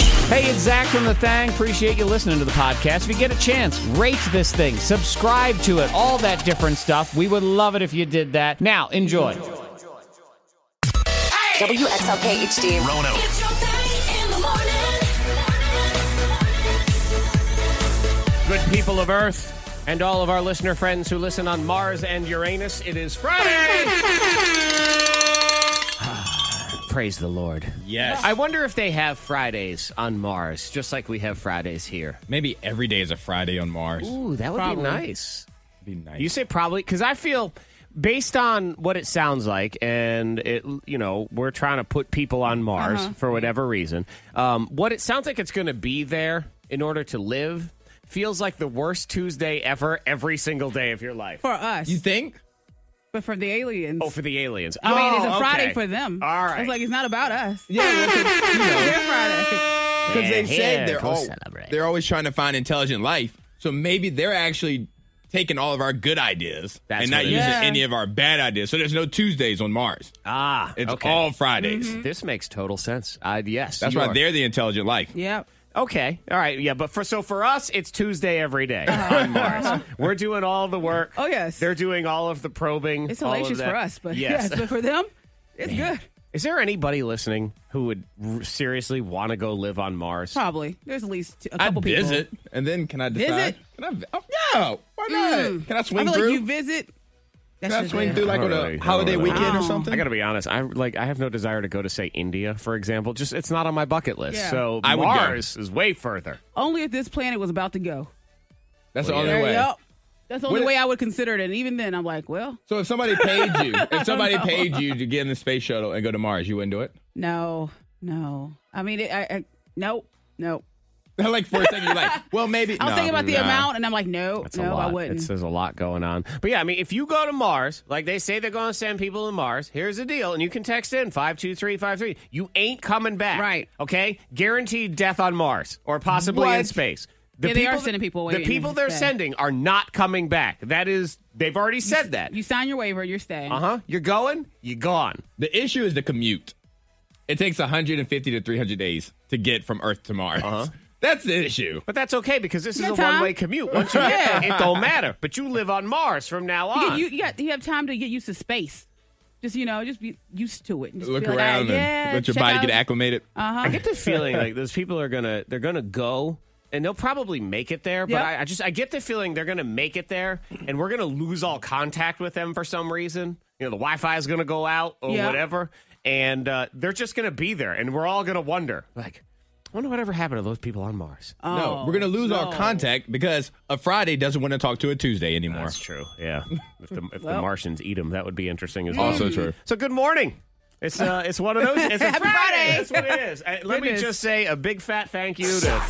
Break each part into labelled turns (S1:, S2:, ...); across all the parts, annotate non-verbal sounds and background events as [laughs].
S1: Hey, it's Zach from The Thang. Appreciate you listening to the podcast. If you get a chance, rate this thing, subscribe to it, all that different stuff. We would love it if you did that. Now, enjoy.
S2: WXLK HD.
S3: Rono.
S4: It's your thing in the morning.
S5: Good people of Earth and all of our listener friends who listen on Mars and Uranus, it is Friday. [sighs] Praise the Lord.
S6: Yes.
S5: I wonder if they have Fridays on Mars, just like we have Fridays here.
S6: Maybe every day is a Friday on Mars.
S5: Ooh, that would be nice.
S6: Be nice.
S5: You say probably because I feel based on what it sounds like, and it you know we're trying to put people on Mars
S7: Uh-huh.
S5: for whatever reason. Um, what it sounds like it's going to be there in order to live feels like the worst Tuesday ever every single day of your life.
S7: for us,
S6: You think?
S7: but for the aliens.
S5: Oh, for the aliens.
S7: I mean,
S5: Oh,
S7: it's a Friday
S5: okay.
S7: for them.
S5: All right.
S7: It's like it's not about us.
S6: Yeah. [laughs]
S7: [laughs] It's their Friday.
S6: Because they've
S5: Yeah,
S6: said they're
S5: go
S6: all,
S5: celebrate.
S6: they're always trying to find intelligent life. So maybe they're actually taking all of our good ideas
S5: That's
S6: and
S5: what
S6: not
S5: it
S6: using
S7: is.
S6: any of our bad ideas. So there's no Tuesdays on Mars.
S5: ah,
S6: It's
S5: okay.
S6: all Fridays.
S5: This makes total sense. I yes,
S6: That's
S5: you
S6: why
S5: are.
S6: they're the intelligent life.
S7: Yep.
S5: Okay, all right, yeah, but for so for us, it's Tuesday every day on Mars. We're doing all the work.
S7: Uh-huh. [laughs] Oh, yes.
S5: they're doing all of the probing.
S7: It's
S5: all of
S7: hellacious
S5: that.
S7: for us, but [laughs]
S5: yes.
S7: yes, but for them, it's good.
S5: Is there anybody listening who would r- seriously want to go live on Mars?
S7: Probably. There's at least a
S6: I
S7: couple people.
S6: visit, and then can I decide?
S7: Visit?
S6: Can I? vi- Oh, no, why not?
S7: Mm.
S6: Can I swing
S7: I feel
S6: through?
S7: like you visit. That's
S6: can I
S7: just
S6: swing
S7: it.
S6: through like
S5: I
S6: on
S5: don't
S6: a
S5: really- I
S6: holiday
S5: don't really-
S6: weekend or
S7: Wow.
S6: something?
S5: I got to be honest. I like. I have no desire to go to say India, for example. Just it's not on my bucket list.
S7: Yeah.
S5: So
S6: I would go.
S5: Mars is way further.
S7: Only if this planet was about to go.
S6: That's
S5: Well,
S6: the
S5: yeah.
S6: only way.
S7: Yep. That's the only
S6: What-
S7: way I would consider it. And even then, I'm like, well,
S6: So if somebody paid
S7: [laughs]
S6: you, if somebody paid you to get in the space shuttle and go to Mars, you wouldn't do it? [laughs]
S7: no, no. I mean, it, I, I, no, no.
S6: like for a second, you're like, well, maybe.
S7: I was
S6: no,
S7: thinking about the
S6: no.
S7: amount, and I'm like, no,
S5: It's a
S7: no,
S5: lot.
S7: I wouldn't.
S5: It's, there's a lot going on. But yeah, I mean, if you go to Mars, like they say they're going to send people to Mars, here's the deal. And you can text in 52353. You ain't coming back.
S7: Right.
S5: Okay? Guaranteed death on Mars or possibly in
S7: What?
S5: space. The
S7: Yeah, they are
S5: that-
S7: sending people away
S5: The
S7: in
S5: people they're
S7: space.
S5: sending are not coming back. That is, they've already said that.
S7: you sign your waiver, you're staying.
S5: Uh huh. You're going, you're gone.
S6: The issue is the commute. It takes 150 to 300 days to get from Earth to Mars. That's the issue.
S5: But that's okay because this is
S7: got
S5: a
S7: time?
S5: one way commute. Once you
S7: Yeah.
S5: get there, it
S7: [laughs]
S5: don't matter. But you live on Mars from now on.
S7: You, get- you, you got you have time to get used to space. Just you know, just be used to it. and Just
S6: Look
S7: be like,
S6: around
S7: "Ah,
S6: and
S7: yeah,
S6: let your
S7: check
S6: body
S7: out- Oh,
S6: get acclimated.
S5: I get the feeling
S7: [laughs]
S5: like those people are gonna they're gonna go and they'll probably make it there, but
S7: Yep.
S5: I, I just I get the feeling they're gonna make it there and we're gonna lose all contact with them for some reason. You know, the Wi-Fi is gonna go out or
S7: Yeah.
S5: whatever, and uh, they're just gonna be there, and we're all gonna wonder like, I wonder whatever happened to those people on Mars.
S6: no, we're going to lose all
S7: no.
S6: contact because a Friday doesn't want to talk to a Tuesday anymore.
S5: That's true. [laughs] Yeah, if the, if the Martians eat them, that would be interesting as well.
S6: Also true.
S5: So good morning. It's uh, it's one of those. It's [laughs] a Friday. That's what it is. Uh, let me
S7: Goodness.
S5: just say a big fat thank you to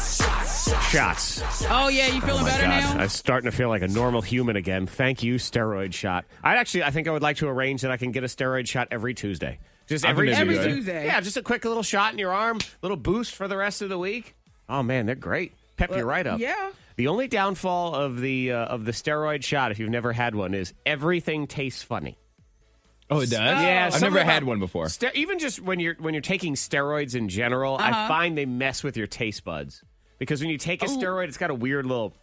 S5: Shots.
S7: Oh yeah, you feeling better
S5: Gosh,
S7: now?
S5: I'm starting to feel like a normal human again. Thank you, steroid shot. I actually, I think I would like to arrange that I can get a steroid shot every Tuesday. Just
S6: I
S5: every
S6: think that'd
S7: Every
S6: be good.
S7: Tuesday.
S5: Yeah, just a quick little shot in your arm, little boost for the rest of the week. Oh man, they're great. Pep you right up.
S7: yeah.
S5: The only downfall of the uh, of the steroid shot, if you've never had one, is everything tastes funny.
S6: Oh, it does?
S5: Yeah,
S6: I've
S5: something
S6: never had
S5: about-
S6: one before.
S5: Ste- even just when you're when you're taking steroids in general, I find they mess with your taste buds because when you take a steroid, it's got a weird little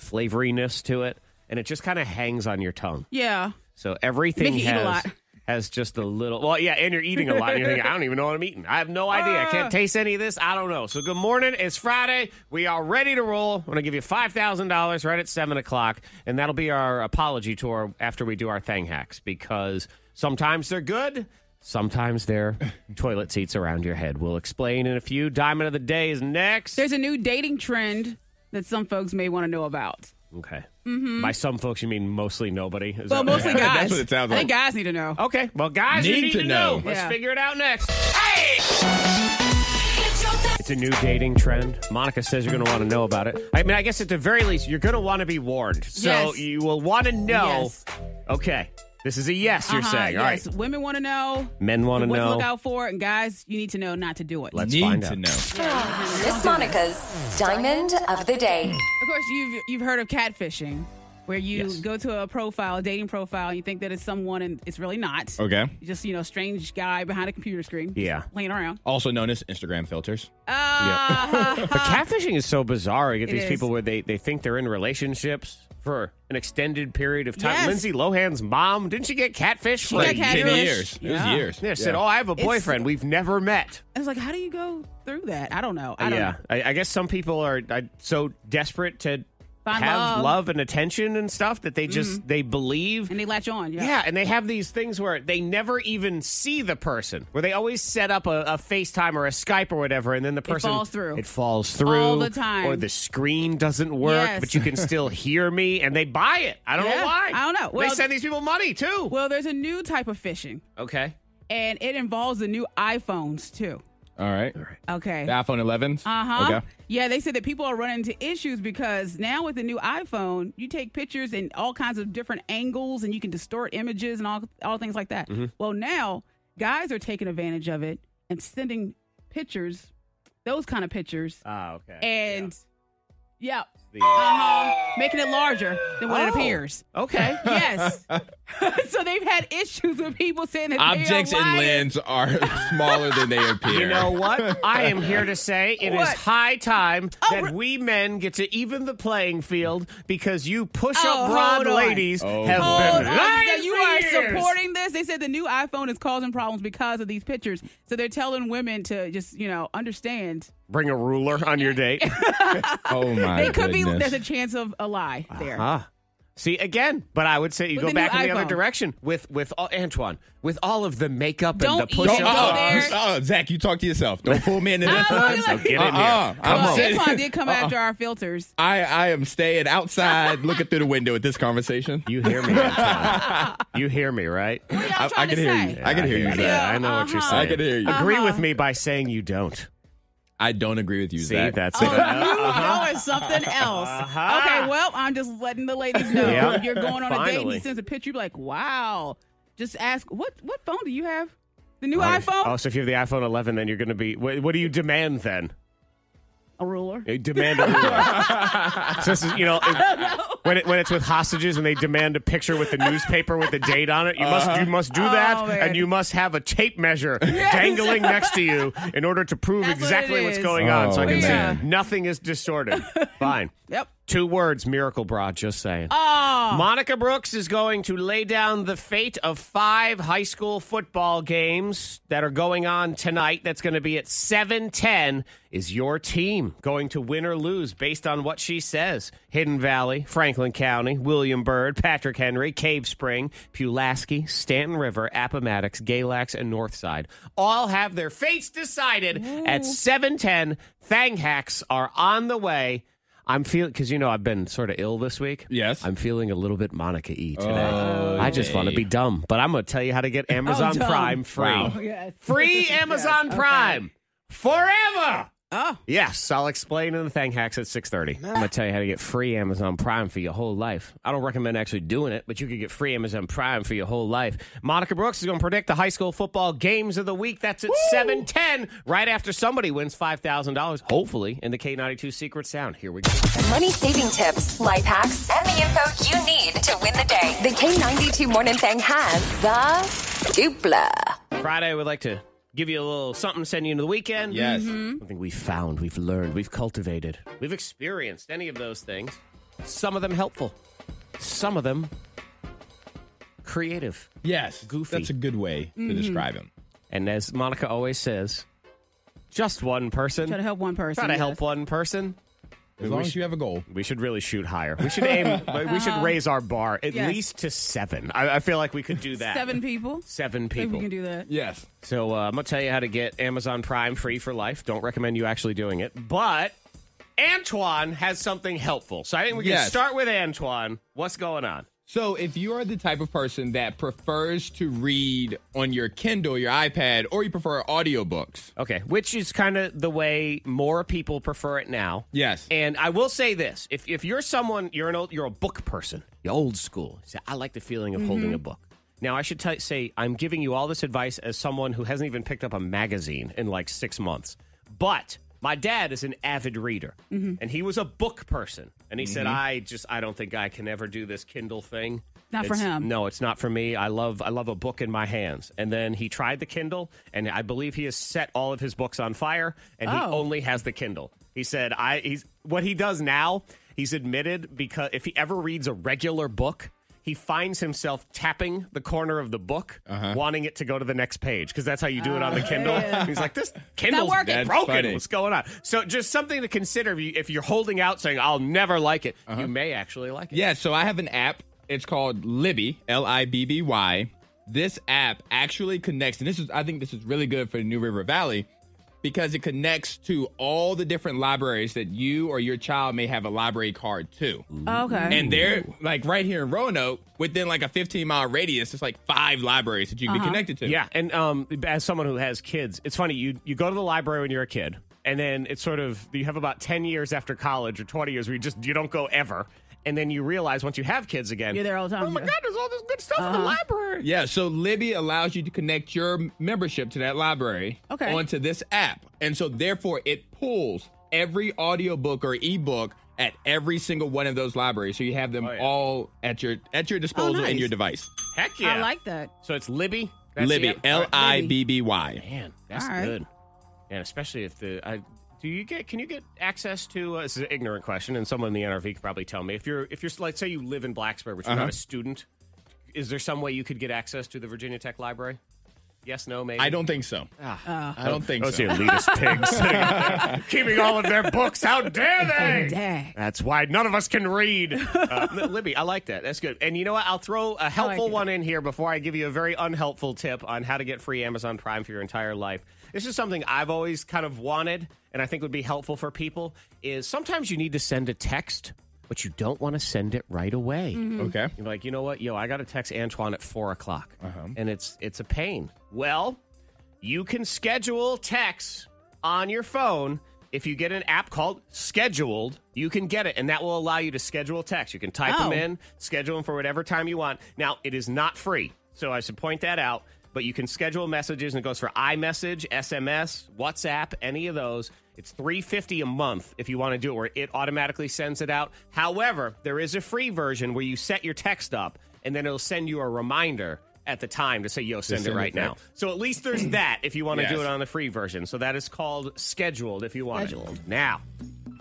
S5: flavoriness to it, and it just kind of hangs on your tongue.
S7: Yeah.
S5: So everything
S7: Make you eat a
S5: has
S7: lot.
S5: has just a little. Well, yeah, and you're eating a lot. And you're thinking, I don't even know what I'm eating. I have no idea. I
S7: Uh.
S5: can't taste any of this. I don't know. So good morning. It's Friday. We are ready to roll. I'm going to give you five thousand dollars right at seven o'clock, and that'll be our apology tour after we do our thing hacks because sometimes they're good. Sometimes
S7: [laughs]
S5: they're toilet seats around your head. We'll explain in a few. Diamond of the day is next.
S7: There's a new dating trend that some folks may want to know about.
S5: okay. By some folks, you mean mostly nobody. Is
S7: Mm-hmm. Well,
S5: that what-
S7: mostly
S6: [laughs]
S7: guys.
S6: That's what it sounds
S7: I think
S6: like. Oh,
S7: guys need to know.
S5: Okay. Well, guys, you
S6: Need
S5: need to,
S6: to
S5: know.
S6: know.
S5: Let's
S7: Yeah.
S5: figure it out next.
S4: It's your thing.
S5: It's a new dating trend. Monica says you're going to want to know about it. I mean, I guess at the very least, you're going to want to be warned. So
S7: Yes.
S5: you will want to know.
S7: Yes.
S5: Okay. This is a yes, you're
S7: Uh-huh,
S5: saying. All right.
S7: yes. Women want to know.
S5: Men want to
S7: what
S5: know.
S7: to look out for, and guys, you need to know not to do it.
S5: Let's
S6: Need
S5: find
S6: to
S5: out.
S6: know.
S2: Miss Monica's Diamond of the Day.
S7: Of course, you've you've heard of catfishing. where you
S5: Yes.
S7: go to a profile, a dating profile, you think that it's someone and it's really not.
S6: Okay.
S7: Just, you know, strange guy behind a computer screen. just
S5: Yeah.
S7: Playing around.
S6: Also known as Instagram filters.
S7: Uh,
S5: [laughs] But catfishing is so bizarre. You get
S7: It
S5: these
S7: is.
S5: people where they, they think they're in relationships for an extended period of time.
S7: Yes.
S5: Lindsay Lohan's mom, didn't she get catfish?
S7: got
S5: like,
S7: Yeah, catfish.
S6: ten years. It was
S7: Yeah.
S6: years.
S5: Yeah, said, "Oh, I have a boyfriend. We've never met."
S7: I was like, how do you go through that? I don't know. I don't
S5: Yeah,
S7: know.
S5: I, I guess some people are uh, so desperate to
S7: Find
S5: have
S7: love. Mm-hmm.
S5: and attention and stuff that they just they believe.
S7: And they latch on. Yeah.
S5: yeah. and they have these things where they never even see the person, where they always set up a, a FaceTime or a Skype or whatever, and then the person
S7: falls through.
S5: It falls through
S7: All the time.
S5: or the screen doesn't work,
S7: Yes. [laughs]
S5: but you can still hear me, and they buy it. I don't know
S7: Yeah,
S5: why.
S7: I don't know.
S5: they
S7: Well-
S5: send these people money too.
S7: Well, there's a new type of phishing,
S5: okay,
S7: and it involves the new iPhones, too.
S6: All right.
S7: Okay.
S6: The iPhone 11s.
S7: Uh huh.
S6: Okay.
S7: Yeah, they said that people are running into issues because now with the new iPhone, you take pictures in all kinds of different angles and you can distort images and all all things like that.
S5: Mm-hmm.
S7: Well, now guys are taking advantage of it and sending pictures, those kind of pictures,
S5: ah, okay,
S7: and yeah,
S5: The-
S7: uh-huh, making it larger than what it
S5: Oh.
S7: appears.
S5: okay.
S7: [laughs] Yes. so they've had issues with people saying that they are
S6: Objects and
S7: liars.
S6: lands are [laughs] smaller
S7: [laughs]
S6: than they appear.
S5: You know what? I am here to say it is
S7: What? Oh,
S5: high time that
S7: re-
S5: we men get to even the playing field because you push
S7: Oh,
S5: up broad
S7: hold on.
S5: ladies
S6: Oh,
S5: have
S6: boy.
S7: Hold
S5: been
S7: on,
S5: lying
S7: because you
S5: for
S7: are
S5: years.
S7: supporting this. They said the new iPhone is causing problems because of these pictures. So they're telling women to just, you know, understand.
S5: Bring a ruler on your
S7: [laughs]
S5: date.
S6: Oh my
S7: They could
S6: goodness.
S7: be
S6: Uh-huh.
S7: there's a chance of a lie there.
S5: ah. See again, but I would say you
S7: With
S5: go
S7: the
S5: back
S7: new
S5: in the other
S7: iPhone.
S5: direction with with all, Antoine with all of the makeup
S7: Don't
S5: and the
S7: even
S5: push
S7: go
S5: up. [laughs]
S7: there.
S6: you- oh, Zach, you talk to yourself. Don't pull me into
S7: I
S6: this
S7: don't
S6: one.
S7: feel like-
S5: Get in here.
S6: Uh-uh.
S5: Come
S6: I'm
S7: Well,
S5: on.
S6: sitting- [laughs]
S7: Antoine did come after our filters.
S6: Uh-uh. I, I am staying outside looking through the window at this conversation.
S5: You hear me?
S7: [laughs]
S5: Antoine. you hear me, right?
S7: What are y'all
S6: I, I
S7: trying
S6: can
S7: to
S6: hear
S7: say?
S6: you. I can hear you,
S5: Yeah,
S6: Zach.
S5: I know what you're
S7: Uh-huh.
S5: saying.
S6: I can hear you.
S5: Agree with me by saying you don't.
S6: I don't agree with you,
S5: See,
S6: Zach.
S5: that's
S7: Oh,
S5: it.
S7: you know
S5: [laughs]
S7: it's something else.
S5: Uh-huh.
S7: Okay, well, I'm just letting the ladies know
S5: Yeah.
S7: you're going on a date. and
S5: Finally.
S7: He sends a picture. You're like, wow. Just ask what what phone do you have? The new iPhone?
S5: Oh, so if you have the iPhone 11, then you're going to be. What, what do you demand then?
S7: a ruler.
S5: They demand a ruler. so this is,
S7: [laughs]
S5: you know, if- when it, when it's with hostages and they demand a picture with the newspaper with the date on it, you must you must do
S7: Oh,
S5: that,
S7: man.
S5: and you must have a tape
S7: [laughs]
S5: measure dangling next to you in order to prove
S7: That's what
S5: exactly
S7: it
S5: what's
S7: is.
S5: going on. So I
S6: Oh,
S5: can say
S6: man.
S5: nothing is
S7: [laughs]
S5: distorted. Fine.
S7: Yep.
S5: Two words, miracle bra. Just saying.
S7: Oh,
S5: Monica Brooks is going to lay down the fate of five high school football games that are going on tonight. That's going to be at 7:10. Is your team going to win or lose based on what she says? Hidden Valley, Franklin County, William Byrd, Patrick Henry, Cave Spring, Pulaski, Stanton River, Appomattox, Galax, and Northside all have their fates decided at 7:10. Thang hacks are on the way. I'm feeling because you know I've been sort of ill this week.
S6: Yes.
S5: I'm feeling a little bit Monica E today.
S6: Oh,
S5: I just want to
S6: yay.
S5: be dumb, but I'm going to tell you how to get Amazon
S7: dumb.
S5: Prime free.
S6: Wow.
S7: Yes.
S5: Free Amazon Prime forever.
S7: Oh.
S5: Yes, I'll explain in the Thang Hacks at 6:30. I'm going to tell you how to get free Amazon Prime for your whole life. I don't recommend actually doing it, but you could get free Amazon Prime for your whole life. Monica Brooks is going to predict the high school football games of the week. That's at 7:10 right after somebody wins $5,000 hopefully in the K92 Secret Sound. Here we go.
S2: Money saving tips, life hacks, and the info you need to win the day. The K92 Morning Thing has the dupla.
S5: Friday, we'd like to give you a little something, send you into the weekend.
S6: Yes.
S7: Mm-hmm.
S5: Something we've found, we've learned, we've cultivated, we've experienced any of those things. Some of them helpful, some of them creative.
S6: Yes.
S5: Goofy.
S6: That's a good way
S7: Mm-hmm.
S6: to describe him.
S5: And as Monica always says, just one person.
S7: Try to help one person.
S5: Try to
S7: yes.
S5: help one person.
S6: As long as you have a goal.
S5: We should really shoot higher. We should aim. we should
S7: [laughs]
S5: raise our bar at
S7: Yes.
S5: least to seven. I, I feel like we could do that.
S7: Seven people.
S5: Seven
S7: Maybe
S5: people.
S7: we can do that.
S6: Yes.
S5: So uh, I'm gonna tell you how to get Amazon Prime free for life. Don't recommend you actually doing it, but Antoine has something helpful. So I think we can
S6: Yes.
S5: start with Antoine. What's going on?
S6: So if you are the type of person that prefers to read on your Kindle, your iPad, or you prefer audiobooks.
S5: Okay, which is kind of the way more people prefer it now.
S6: Yes.
S5: And I will say this: if if you're someone, you're an old, you're a book person, you're old school. You say, I like the feeling of holding a
S7: Mm-hmm.
S5: book. Now, I should tell say I'm giving you all this advice as someone who hasn't even picked up a magazine in like six months. But My dad is an avid reader,
S7: Mm-hmm.
S5: and he was a book person. And he said, "I just I don't think I can ever do this Kindle thing.
S7: Not for
S5: It's-
S7: him.
S5: No, it's not for me. I love I love a book in my hands." And then he tried the Kindle, and I believe he has set all of his books on fire, and he
S7: Oh.
S5: only has the Kindle. He said, "I he's what he does now. He's admitted because if he ever reads a regular book." He finds himself tapping the corner of the book,
S6: Uh-huh.
S5: wanting it to go to the next page because that's how you do it on the
S7: Oh,
S5: Kindle. [laughs] He's like, "This Kindle's
S7: working.
S6: That's
S5: broken.
S6: funny.
S5: What's going on?" So, just something to consider if, you, if you're holding out, saying, "I'll never like it." You may actually like it.
S6: Uh-huh. Yeah, so I have an app. It's called Libby, L I B B Y. This app actually connects, and this is I think this is really good for the New River Valley because it connects to all the different libraries that you or your child may have a library card to.
S7: Okay.
S6: And they're like right here in Roanoke, within like a 15 mile radius, it's like five libraries that you can be connected to.
S5: Yeah, and um, as someone who has kids, it's funny. You you go to the library when you're a kid, and then it's sort of you have about ten years after college or twenty years where you just you don't go ever, and then you realize once you have kids again,
S7: You're there all the time,
S5: Oh my
S7: yeah."
S5: god, there's all this good stuff in the library.
S6: Yeah, so Libby allows you to connect your m- membership to that library
S7: Okay.
S6: onto this app. And so therefore it pulls every audiobook or ebook at every single one of those libraries. So you have them
S5: Oh, yeah.
S6: all at your at your disposal
S7: Oh, nice.
S6: in your device.
S5: Heck yeah,
S7: I like that.
S5: So it's Libby, That's
S6: Libby,
S5: the-
S6: L I B B Y.
S5: Man, that's
S7: All right.
S5: good. And especially if the I do you get can you get access to uh, this is an ignorant question and someone in the NRV could probably tell me if you're if you're like say you live in Blacksburg but you're
S7: Uh-huh.
S5: not a student is there some way you could get access to the Virginia Tech Library? Yes, no, maybe.
S6: I don't think so.
S5: Ah.
S7: Uh.
S6: I don't think
S5: Those
S6: so.
S5: Oh, elitist [laughs] pigs keeping all of their books. How dare they?
S7: Dang.
S5: That's why none of us can read. Uh, Li- Libby, I like that. That's good. And you know what? I'll throw a helpful
S7: it.
S5: one in here before I give you a very unhelpful tip on how to get free Amazon Prime for your entire life. This is something I've always kind of wanted and I think would be helpful for people is sometimes you need to send a text, but you don't want to send it right away.
S6: Okay.
S5: You're like, you know what? Yo, I got to text Antoine at four o'clock, and it's it's a pain. Well, you can schedule texts on your phone. If you get an app called Scheduled, you can get it, and that will allow you to schedule texts. You can type
S7: Oh.
S5: them in, schedule them for whatever time you want. Now, it is not free, so I should point that out. But you can schedule messages, and it goes for iMessage, SMS, WhatsApp, any of those. It's three fifty a month if you want to do it, where it automatically sends it out. However, there is a free version where you set your text up, and then it'll send you a reminder at the time to say, "Yo, send, it
S6: send
S5: right
S6: the
S5: now."
S6: text.
S5: So at least there's that if you want to do
S6: Yes.
S5: it on the free version. So that is called scheduled if you want it. Now,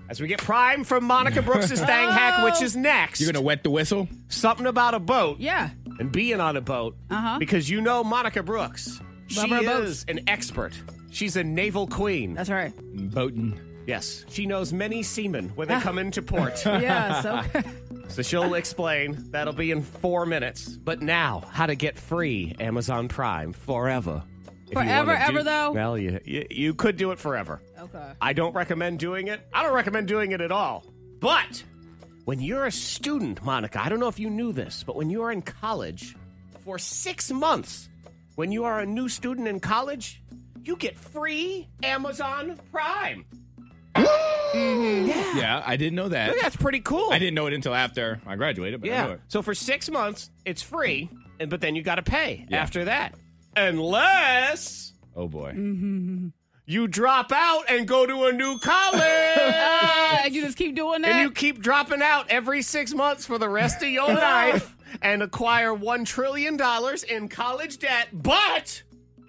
S5: as we get prime from Monica Brooks' Thang Hack, which is next.
S6: You're gonna wet the whistle?
S5: Something about a boat
S7: Yeah.
S5: and being on a boat because you know Monica Brooks. she
S7: Lover of boats.
S5: is an expert. She's a naval queen. [laughs]
S7: That's right.
S6: Boating.
S5: yes, she knows many seamen when they come into port.
S7: Yeah. So
S5: So she'll explain. That'll be in four minutes. But now, how to get free Amazon Prime forever. If you
S7: Forever,
S5: wanna do-
S7: ever, though?
S5: Well, you, you, you could do it forever.
S7: okay.
S5: I don't recommend doing it. I don't recommend doing it at all. But when you're a student, Monica, I don't know if you knew this, but when you are in college for six months, when you are a new student in college, you get free Amazon Prime.
S6: Yeah, I didn't know
S5: I
S6: that.
S5: think that's pretty cool.
S6: I didn't know it until after I graduated, but I knew
S5: Yeah.
S6: it.
S5: So for six months, it's free, and but then you got to pay after that, unless
S6: Oh boy.
S7: Mm-hmm.
S5: you drop out and go to a new college, [laughs]
S7: Uh, you just keep doing that.
S5: and you keep dropping out every six months for the rest of [laughs] your life, and acquire one trillion dollars in college debt, but.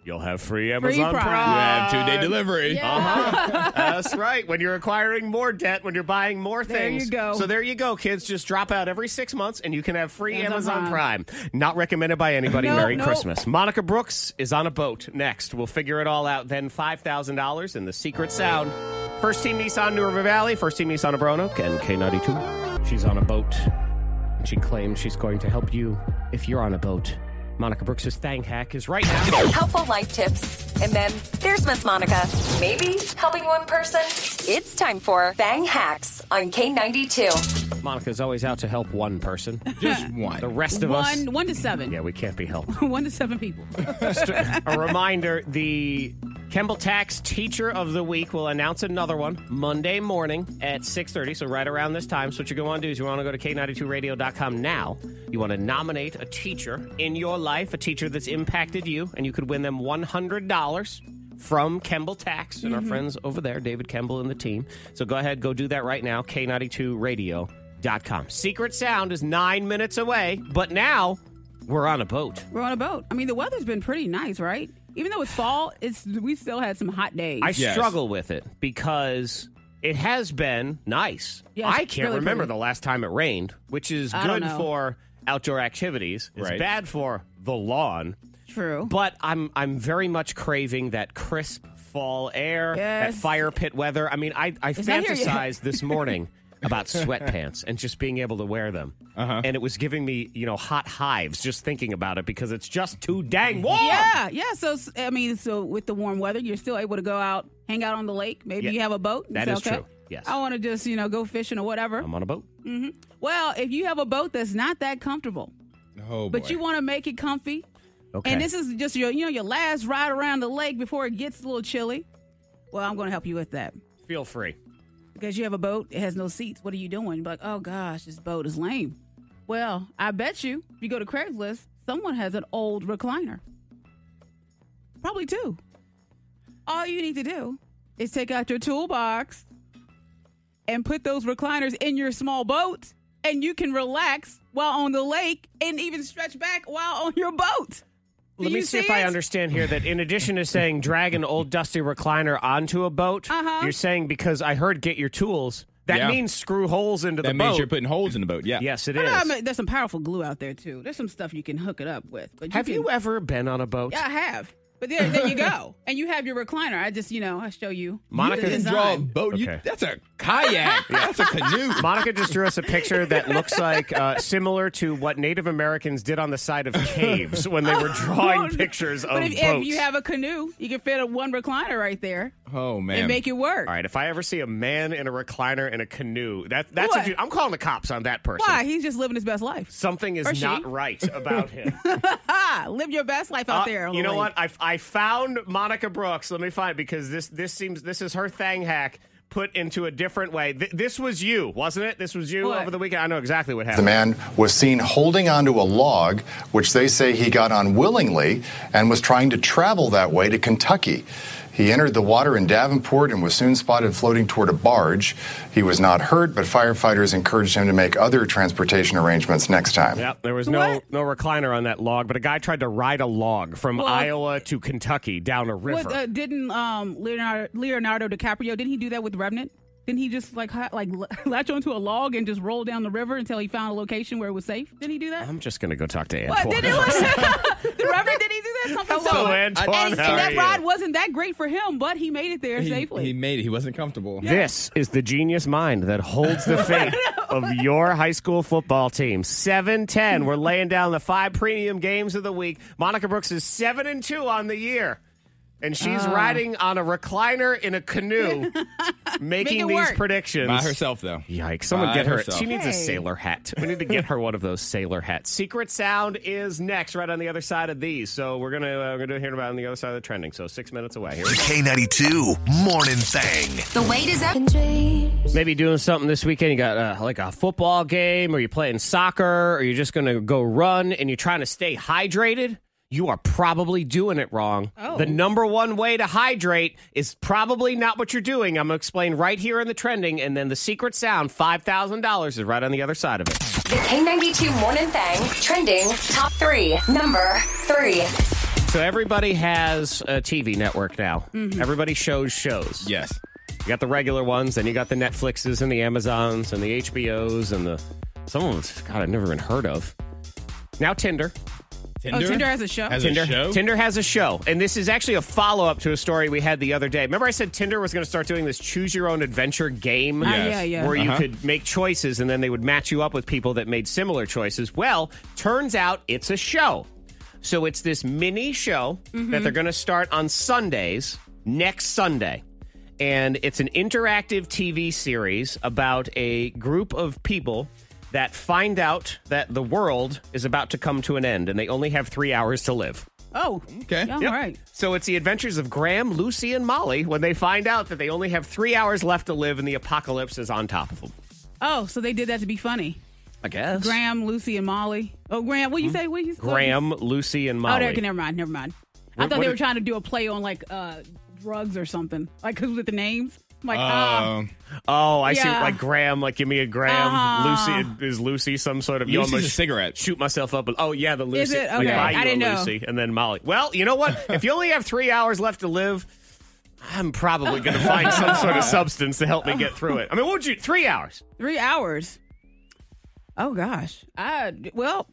S5: You'll have free Amazon
S7: Prime.
S5: Prime.
S6: You have two
S5: Uh,
S6: day delivery.
S5: Uh-huh. That's right. When you're acquiring more debt, when you're buying more
S7: There
S5: things.
S7: you go.
S5: So there you go, kids. Just drop out every six months and you can have free
S7: Amazon
S5: Amazon, Prime. Not recommended by anybody.
S7: No,
S5: Merry
S7: no.
S5: Christmas. Monica Brooks is on a boat next. We'll figure it all out. Then $5,000 in the secret sound. First Team Nissan New River Valley, First Team Nissan of Roanoke, and K92. She's on a boat. and She claims she's going to help you if you're on a boat. Monica Brooks' Thang Hack is right now.
S2: Helpful life tips. And then there's Miss Monica. Maybe helping one person. It's time for Bang Hacks on K92.
S5: Monica's always out to help one person.
S6: Just one.
S5: The rest of us.
S7: one one to seven.
S5: Yeah, we can't be helped.
S7: [laughs] One to seven people.
S5: Just a a reminder the Kemble Tax Teacher of the Week will announce another one Monday morning at 6.30, so right around this time. So what you go on to do is you want to go to K92radio.com now. You want to nominate a teacher in your life, a teacher that's impacted you, and you could win them $100 from Kemble Tax and our friends over there, David Kemble and the team. So go ahead, go do that right now, K92radio.com. Secret Sound is nine minutes away, but now we're on a boat.
S7: We're on a boat. I mean, the weather's been pretty nice, right? Even though it's fall, it's we still had some hot days.
S5: I
S6: Yes.
S5: struggle with it because it has been nice.
S7: Yeah,
S5: I
S7: it's
S5: can't
S7: really
S5: remember
S7: pretty.
S5: the last time it rained, which is
S7: I don't
S5: good
S7: know.
S5: for outdoor activities. It's
S6: Right.
S5: bad for the lawn.
S7: True.
S5: But I'm I'm very much craving that crisp fall air, that
S7: Yes.
S5: fire pit weather. I mean, I I
S7: not here yet.
S5: fantasized
S7: [laughs]
S5: this morning about sweatpants and just being able to wear them, uh-huh. and it was giving me you know hot hives just thinking about it because it's just too dang warm.
S7: yeah, yeah. So s- I mean, so with the warm weather, you're still able to go out, hang out on the lake. Maybe
S5: Yeah.
S7: you have a boat. and
S5: That
S7: say,
S5: is
S7: okay,
S5: true. Yes. Um,
S7: I want to just you know go fishing or whatever.
S5: I'm on a boat.
S7: Well, if you have a boat that's not that comfortable,
S6: Oh, boy.
S7: but you want to make it comfy,
S5: Okay.
S7: and this is just your you know your last ride around the lake before it gets a little chilly. Well, I'm going to help you with that
S5: feel free.
S7: because you have a boat. It has no seats. What are you doing? You're like, oh gosh, this boat is lame. Well, I bet you if you go to Craigslist, someone has an old recliner. Probably two. All you need to do is take out your toolbox and put those recliners in your small boat, and you can relax while on the lake and even stretch back while on your boat. Do
S5: Let me
S7: you
S5: see, if
S7: it?
S5: I understand here that in addition to saying drag an old dusty recliner onto a boat,
S7: Uh-huh.
S5: you're saying because I heard get your tools, that
S6: Yeah.
S5: means screw holes into
S6: that
S5: the
S6: means
S5: boat.
S6: you're putting holes in the boat. Yeah.
S5: yes, it
S7: I
S5: is.
S7: know, I mean, there's some powerful glue out there too. There's some stuff you can hook it up with. But
S5: Have
S7: can-
S5: you ever been on a boat?
S7: Yeah, I have. But there, there you go. And you have your recliner. I just, you know, I show you.
S5: Monica-
S6: You didn't draw a boat. You,
S5: Okay.
S6: that's a
S5: [laughs]
S6: kayak. That's a canoe.
S5: Monica just drew us
S7: [laughs]
S5: a picture that looks like uh, similar to what Native Americans did on the side of caves when they were
S7: [laughs]
S5: drawing pictures of
S7: But if,
S5: boats.
S7: if you have a canoe, you can fit a one recliner right there
S6: Oh man.
S7: and make it work.
S5: all right, if I ever see a man in a recliner in a canoe, that that's
S7: What?
S5: a dude. I'm calling the cops on that person.
S7: Why? He's just living his best life.
S5: Something
S7: Or
S5: is
S7: she.
S5: not right about him.
S7: Ah, live your best life out
S5: Uh,
S7: there. on
S5: You
S7: the
S5: know
S7: lake.
S5: what? I, I found Monica Brooks. Let me find because this this seems this is her thang hack put into a different way. Th- this was you, wasn't it? This was you
S7: What?
S5: over the weekend. I know exactly what
S3: The
S5: happened.
S3: man was seen holding onto a log, which they say he got on willingly and was trying to travel that way to Kentucky. He entered the water in Davenport and was soon spotted floating toward a barge. He was not hurt, but firefighters encouraged him to make other transportation arrangements next time.
S5: Yep, there was no
S7: What?
S5: no recliner on that log, but a guy tried to ride a log from
S7: Well,
S5: Iowa to Kentucky down a river.
S7: What, uh, didn't um, Leonardo, Leonardo DiCaprio, didn't he do that with Revenant? Didn't he just like hi- like [laughs] l- latch onto a log and just roll down the river until he found a location where it was safe? Didn't he do that?
S5: I'm just gonna go talk to
S7: What
S5: Antoine.
S7: did it was
S6: [laughs]
S7: the Reverend? Did he do that? Something
S5: Hello,
S7: similar.
S5: Antoine,
S7: And, and
S5: how are
S7: that
S5: you?
S7: ride wasn't that great for him, but he made it there
S6: he,
S7: safely.
S6: he made it. He wasn't comfortable.
S5: This is the genius mind that holds
S7: [laughs]
S5: the fate of your high school football team. 7-10. We're laying down the five premium games of the week. Monica Brooks is 7 and 2 on the year. And she's
S7: Ah.
S5: riding on a recliner in a
S7: [laughs]
S5: canoe making
S7: it
S5: these
S7: work.
S5: predictions.
S6: By herself though.
S5: Yikes. Someone
S6: By
S5: get her.
S6: herself.
S5: She needs a
S7: Hey.
S5: sailor hat. We need to get her one of those sailor hats. Secret Sound is next, right on the other side of these. So we're going to uh, we're gonna hear about it on the other side of the trending. So six minutes away. Here we go.
S8: K92 Morning Thang.
S4: The wait is up.
S5: Maybe doing something this weekend. You got uh, like a football game, or you're playing soccer, or you're just going to go run and you're trying to stay hydrated. You are probably doing it wrong.
S7: Oh.
S5: The number one way to hydrate is probably not what you're doing. I'm going to explain right here in the trending, and then the secret sound $5,000 is right on the other side of it.
S2: The K92 Morning Thang trending top three. Number three.
S5: So, everybody has a TV network now, everybody shows shows.
S6: Yes.
S7: Oh,
S5: You got the regular ones, then you got the Netflixes and the Amazons and the HBOs and the some of them, God, I've never even heard of. Now Tinder.
S6: Tinder.
S7: Tinder has a show?
S6: Has
S5: Tinder.
S6: a show.
S5: Tinder has a show, and this is actually a follow up to a story we had the other day. Remember, I said Tinder was going to start doing this choose your own adventure game,
S7: Ah, yeah, yeah.
S5: where you
S6: Uh-huh.
S5: could make choices, and then they would match you up with people that made similar choices. Well, turns out it's a show. So it's this mini show
S7: Mm-hmm.
S5: that they're going to start on Sundays next Sunday. And it's an interactive TV series about a group of people that find out that the world is about to come to an end and they only have three hours to live.
S7: Oh,
S6: Okay.
S7: Yeah, All
S5: Yep.
S7: right.
S5: So it's the adventures of Graham, Lucy, and Molly when they find out that they only have three hours left to live and the apocalypse is on top of them.
S7: Oh, so they did that to be funny.
S5: I guess. Graham,
S7: Graham, Lucy, and Molly. Oh, Graham, what you say? What you say?
S5: Lucy, and
S7: Oh,
S5: Hmm? Molly.
S7: there, okay, never mind. Never mind. I
S5: What-
S7: thought
S5: what
S7: they were
S5: did-
S7: trying to do a play on like uh, drugs or something. Like, cause with the names, I'm like, ah,
S6: Um,
S5: Oh, I see.
S7: Yeah.
S5: Like Graham, like give me a Graham.
S7: Uh-huh.
S5: Lucy is Lucy some sort of you
S6: Lucy's
S5: almost
S6: a cigarette.
S5: Shoot myself up. With, oh yeah, the Lucy.
S7: Is it?
S5: Like,
S7: Okay.
S5: buy you
S7: I didn't
S5: a
S7: know.
S5: Lucy and then Molly. Well, you know what? if you only have three hours left to live, I'm probably going to find some sort of substance to help me get through it. I mean, what would you? Three hours.
S7: three hours. Oh gosh. I well.
S5: I-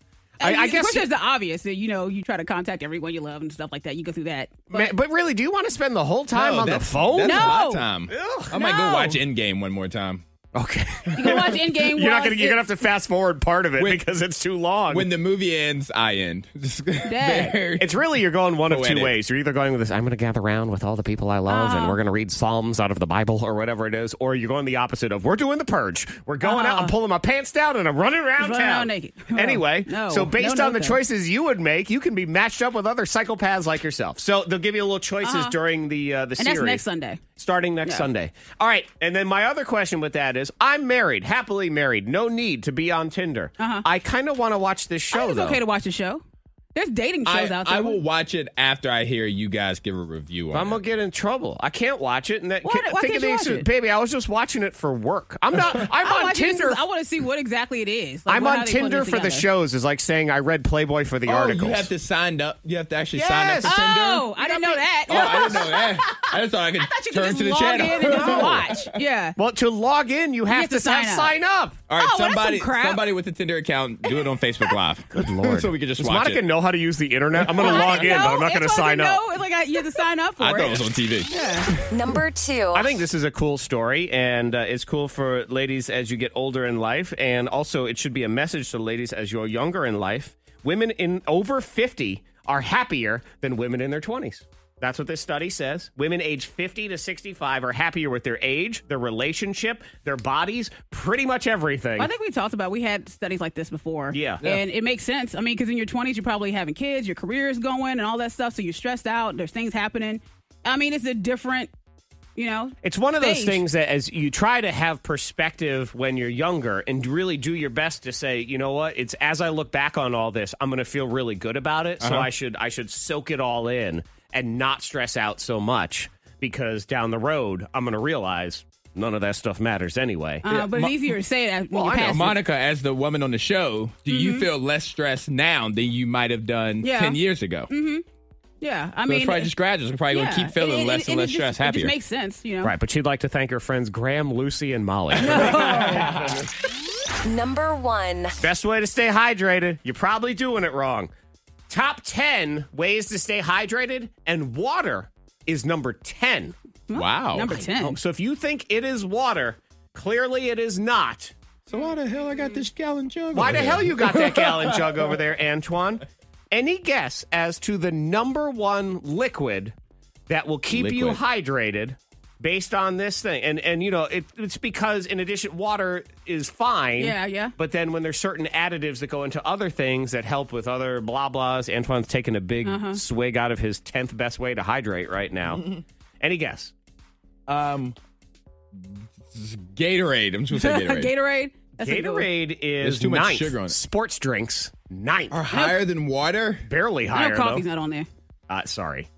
S5: I
S7: of
S5: guess
S7: course
S5: you-
S7: there's the obvious that you know you try to contact everyone you love and stuff like that. You go through that.
S5: Ma- But, really, do you want to spend the whole time
S6: no,
S5: on the
S6: that's-
S5: phone?
S6: That's my
S7: No.
S6: time. I might go
S7: No.
S6: watch Endgame one more time.
S5: Okay.
S7: You can watch
S5: [laughs]
S7: Endgame.
S5: You're not
S7: while
S5: gonna.
S7: it's-
S5: You're gonna have to fast forward part of it
S6: When-
S5: because it's too long.
S6: When the movie ends, I end. [laughs] Just very-
S5: It's really you're going one of two
S6: Poetic.
S5: ways. You're either going with this, I'm going to gather around with all the people I love,
S7: Oh.
S5: and we're going to read Psalms out of the Bible or whatever it is, or you're going the opposite of we're doing the purge. We're going out. I'm pulling my pants down and I'm running around
S7: Oh. Running
S5: town
S7: around naked. [laughs] Oh,
S5: Anyway,
S7: No.
S5: so based
S7: No, no,
S5: on the
S7: no.
S5: choices you would make, you can be matched up with other psychopaths like yourself. So they'll give you little choices during the uh, the
S7: Uh-huh. and
S5: series
S7: that's next Sunday.
S5: starting next Sunday. All right. And then my other question with that is I'm married, happily married, no need to be on Tinder.
S7: Uh-huh.
S5: I kind of want to watch this
S7: I
S5: show
S7: think it's
S5: though.
S7: okay to watch the show. There's dating shows
S6: I,
S7: out there.
S6: I will watch it after I hear you guys give a review on
S5: I'm gonna
S6: it.
S5: get in trouble. I can't watch it. And that,
S7: Why-
S5: can-
S7: why
S5: think of
S7: can't
S5: the
S7: you watch
S5: excuse-
S7: it?
S5: baby, I was just watching it for work. I'm
S7: [laughs]
S5: not. I'm
S7: I
S5: on
S7: watch it
S5: Tinder.
S7: because I want to see what exactly it is. Like,
S5: I'm
S7: what-
S5: on
S7: how they put
S5: Tinder
S7: this
S5: for the
S7: together.
S5: shows is like saying I read Playboy for the
S6: Oh,
S5: articles.
S6: you have to sign up. You have to actually
S5: Yes.
S6: sign up for Tinder.
S7: Oh, I didn't know that.
S6: Oh, I didn't know
S7: [laughs]
S6: that. I just thought I could
S7: I thought you could
S6: turn
S7: just
S6: to the
S7: log
S6: channel.
S7: in
S6: [laughs]
S7: and
S6: No.
S7: just watch. Yeah.
S5: well, to log in, you have,
S7: have to
S5: have
S7: sign up.
S5: sign up.
S6: All right,
S7: Oh, well, that's some
S6: somebody,
S7: crap.
S6: somebody with a Tinder account, do it on Facebook Live. [laughs] Good lord! so we could just
S5: Does
S6: watch
S5: Monica
S6: it.
S5: know how to use the internet? I'm gonna
S7: [laughs] I
S5: log
S7: didn't
S5: in, but
S7: know.
S5: I'm not
S7: It's
S5: gonna
S7: supposed
S5: sign up.
S7: know. It's Like I, you have to sign up for
S6: I
S7: it.
S6: thought it was on TV.
S2: Number two.
S5: I think this is a cool story, and uh, it's cool for ladies as you get older in life, and also it should be a message to ladies as you're younger in life. Women in over fifty are happier than women in their twenties. That's what this study says. Women age 50 to 65 are happier with their age, their relationship, their bodies, pretty much everything.
S7: I think we talked about we had studies like this before.
S5: Yeah. Yeah.
S7: and it makes sense. I mean, because in your twenties, you're probably having kids, your career is going, and all that stuff. So you're stressed out. There's things happening. I mean, it's a different, you know.
S5: It's one of those
S7: stage.
S5: things that as you try to have perspective when you're younger and really do your best to say, you know what, it's as I look back on all this, I'm going to feel really good about it, so I should I should soak it all in and not stress out so much because down the road I'm going to realize none of that stuff matters anyway.
S7: Uh, but it's easier to say that when
S5: Well,
S7: you're
S5: I know.
S7: past it. Mm-hmm.
S6: Monica, as the woman on the show, do you feel less stressed now than you might have done
S7: Yeah.
S6: 10 years ago? So
S7: Yeah, I
S6: it's
S7: mean,
S6: probably just graduates. We're probably
S7: yeah.
S6: going to keep feeling
S7: It- it-
S6: less
S7: it-
S6: and
S7: it
S6: less
S7: just-
S6: stressed,
S7: It
S6: happier.
S7: just makes sense, you know.
S5: Right, but she'd like to thank her friends Graham, Lucy, and Molly. [laughs]
S2: Number one.
S5: Best way to stay hydrated, you're probably doing it wrong. Top 10 ways to stay hydrated, and water is number 10.
S6: wow.
S7: Number ten. [laughs]
S5: Oh, so if you think it is water, clearly it is not.
S6: So why the hell I got this gallon jug?
S5: Why
S6: over
S5: the
S6: here?
S5: hell you got that gallon
S7: [laughs]
S5: jug over there, Antoine? Any guess as to the number one liquid that will keep you
S6: Liquid.
S5: hydrated based on this thing? And and you know, it, it's because in addition water is fine.
S7: Yeah, yeah.
S5: But then when there's certain additives that go into other things that help with other blah blahs, Antoine's taking a big
S7: Uh-huh.
S5: swig out of his 10th best way to hydrate right
S7: [laughs]
S5: now. Any guess?
S6: Um, Gatorade. I'm just
S7: [laughs]
S6: going to say Gatorade.
S7: Gatorade. That's a good one.
S5: Gatorade is
S6: There's too much
S5: ninth.
S6: sugar on it.
S5: Sports drinks ninth,
S7: Uh,
S6: Are higher than water?
S5: barely
S7: I
S5: higher.
S7: know
S5: though.
S7: coffee's not on there.
S5: Uh, sorry,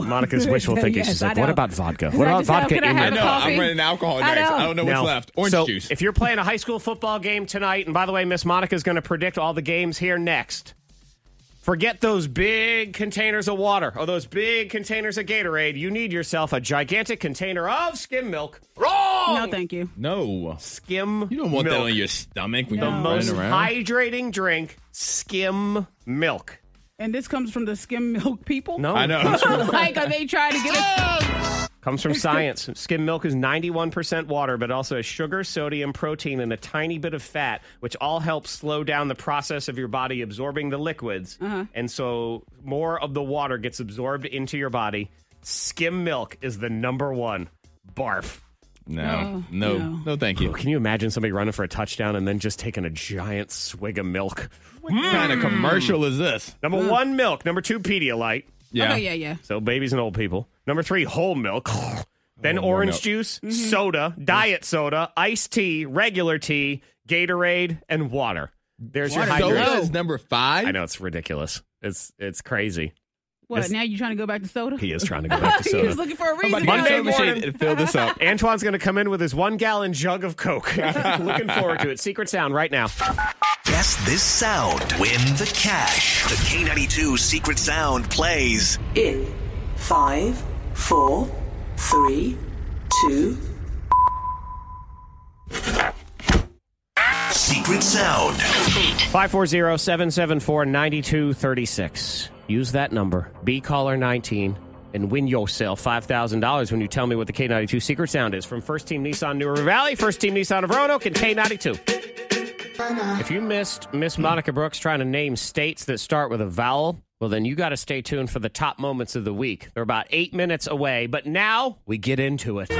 S5: [laughs] Monica's wishful thinking.
S7: Yes,
S5: She's
S7: I
S5: like, what
S7: know.
S5: about vodka?
S7: Is
S5: What
S7: that
S5: about
S7: just how-
S5: vodka
S7: could I
S5: in
S7: have
S5: there?
S7: a
S6: No,
S7: coffee?
S6: I'm running alcohol
S7: I
S6: next.
S7: know.
S6: I don't know what's
S5: Now,
S6: left. Orange
S5: so
S6: juice.
S5: If you're playing a high school football game tonight, and by the way, Miss Monica's going to predict all the games here next. Forget those big containers of water or those big containers of Gatorade. You need yourself a gigantic container of skim milk. Wrong.
S7: No, thank you.
S6: no.
S5: Skim.
S6: You don't want
S5: milk.
S6: that on your stomach when
S7: The
S6: you're
S5: most
S6: running around.
S5: hydrating drink. Skim milk.
S7: And this comes from the skim milk people.
S5: No,
S6: I know.
S7: [laughs] like, are they trying to get us?
S5: Comes from science. Skim milk is 91% water, but also has sugar, sodium, protein, and a tiny bit of fat, which all help slow down the process of your body absorbing the liquids. And so more of the water gets absorbed into your body. Skim milk is the number one. Barf.
S6: no,
S7: No,
S6: no,
S7: no.
S6: no, thank you.
S5: Can you imagine somebody running for a touchdown and then just taking a giant swig of milk?
S6: What kind of commercial is this?
S5: Number one, milk. Number two, Pedialyte.
S7: Yeah. Okay, Oh, yeah, yeah.
S5: So babies and old people. Number three, whole milk. then orange
S6: milk.
S5: juice, soda, diet soda, iced tea, regular tea, Gatorade, and water. There's your
S6: Soda
S5: hydration.
S6: is number five.
S5: I know it's ridiculous. It's it's crazy.
S7: What?
S5: This-
S7: now you trying to go back to soda?
S5: He is trying to go back
S7: [laughs]
S5: to
S7: He was
S5: soda.
S7: looking for a reason.
S5: Monday
S7: guys.
S5: soda morning.
S6: fill
S7: [laughs]
S6: this up.
S5: Antoine's going to come in with his one gallon jug of Coke. [laughs] Looking forward to it. Secret sound right now.
S8: Guess this sound. Win the cash. The K92 Secret Sound plays
S9: In five, four, three, two.
S8: Secret Sound.
S5: 540 774 9236. Use that number, be caller 19, and win yourself $5,000 when you tell me what the K92 secret sound is from First Team Nissan New River Valley, First Team Nissan of Roanoke, and K92. If you missed Miss Monica Brooks trying to name states that start with a vowel, well, then you got to stay tuned for the top moments of the week. They're about eight minutes away, but now we get into it.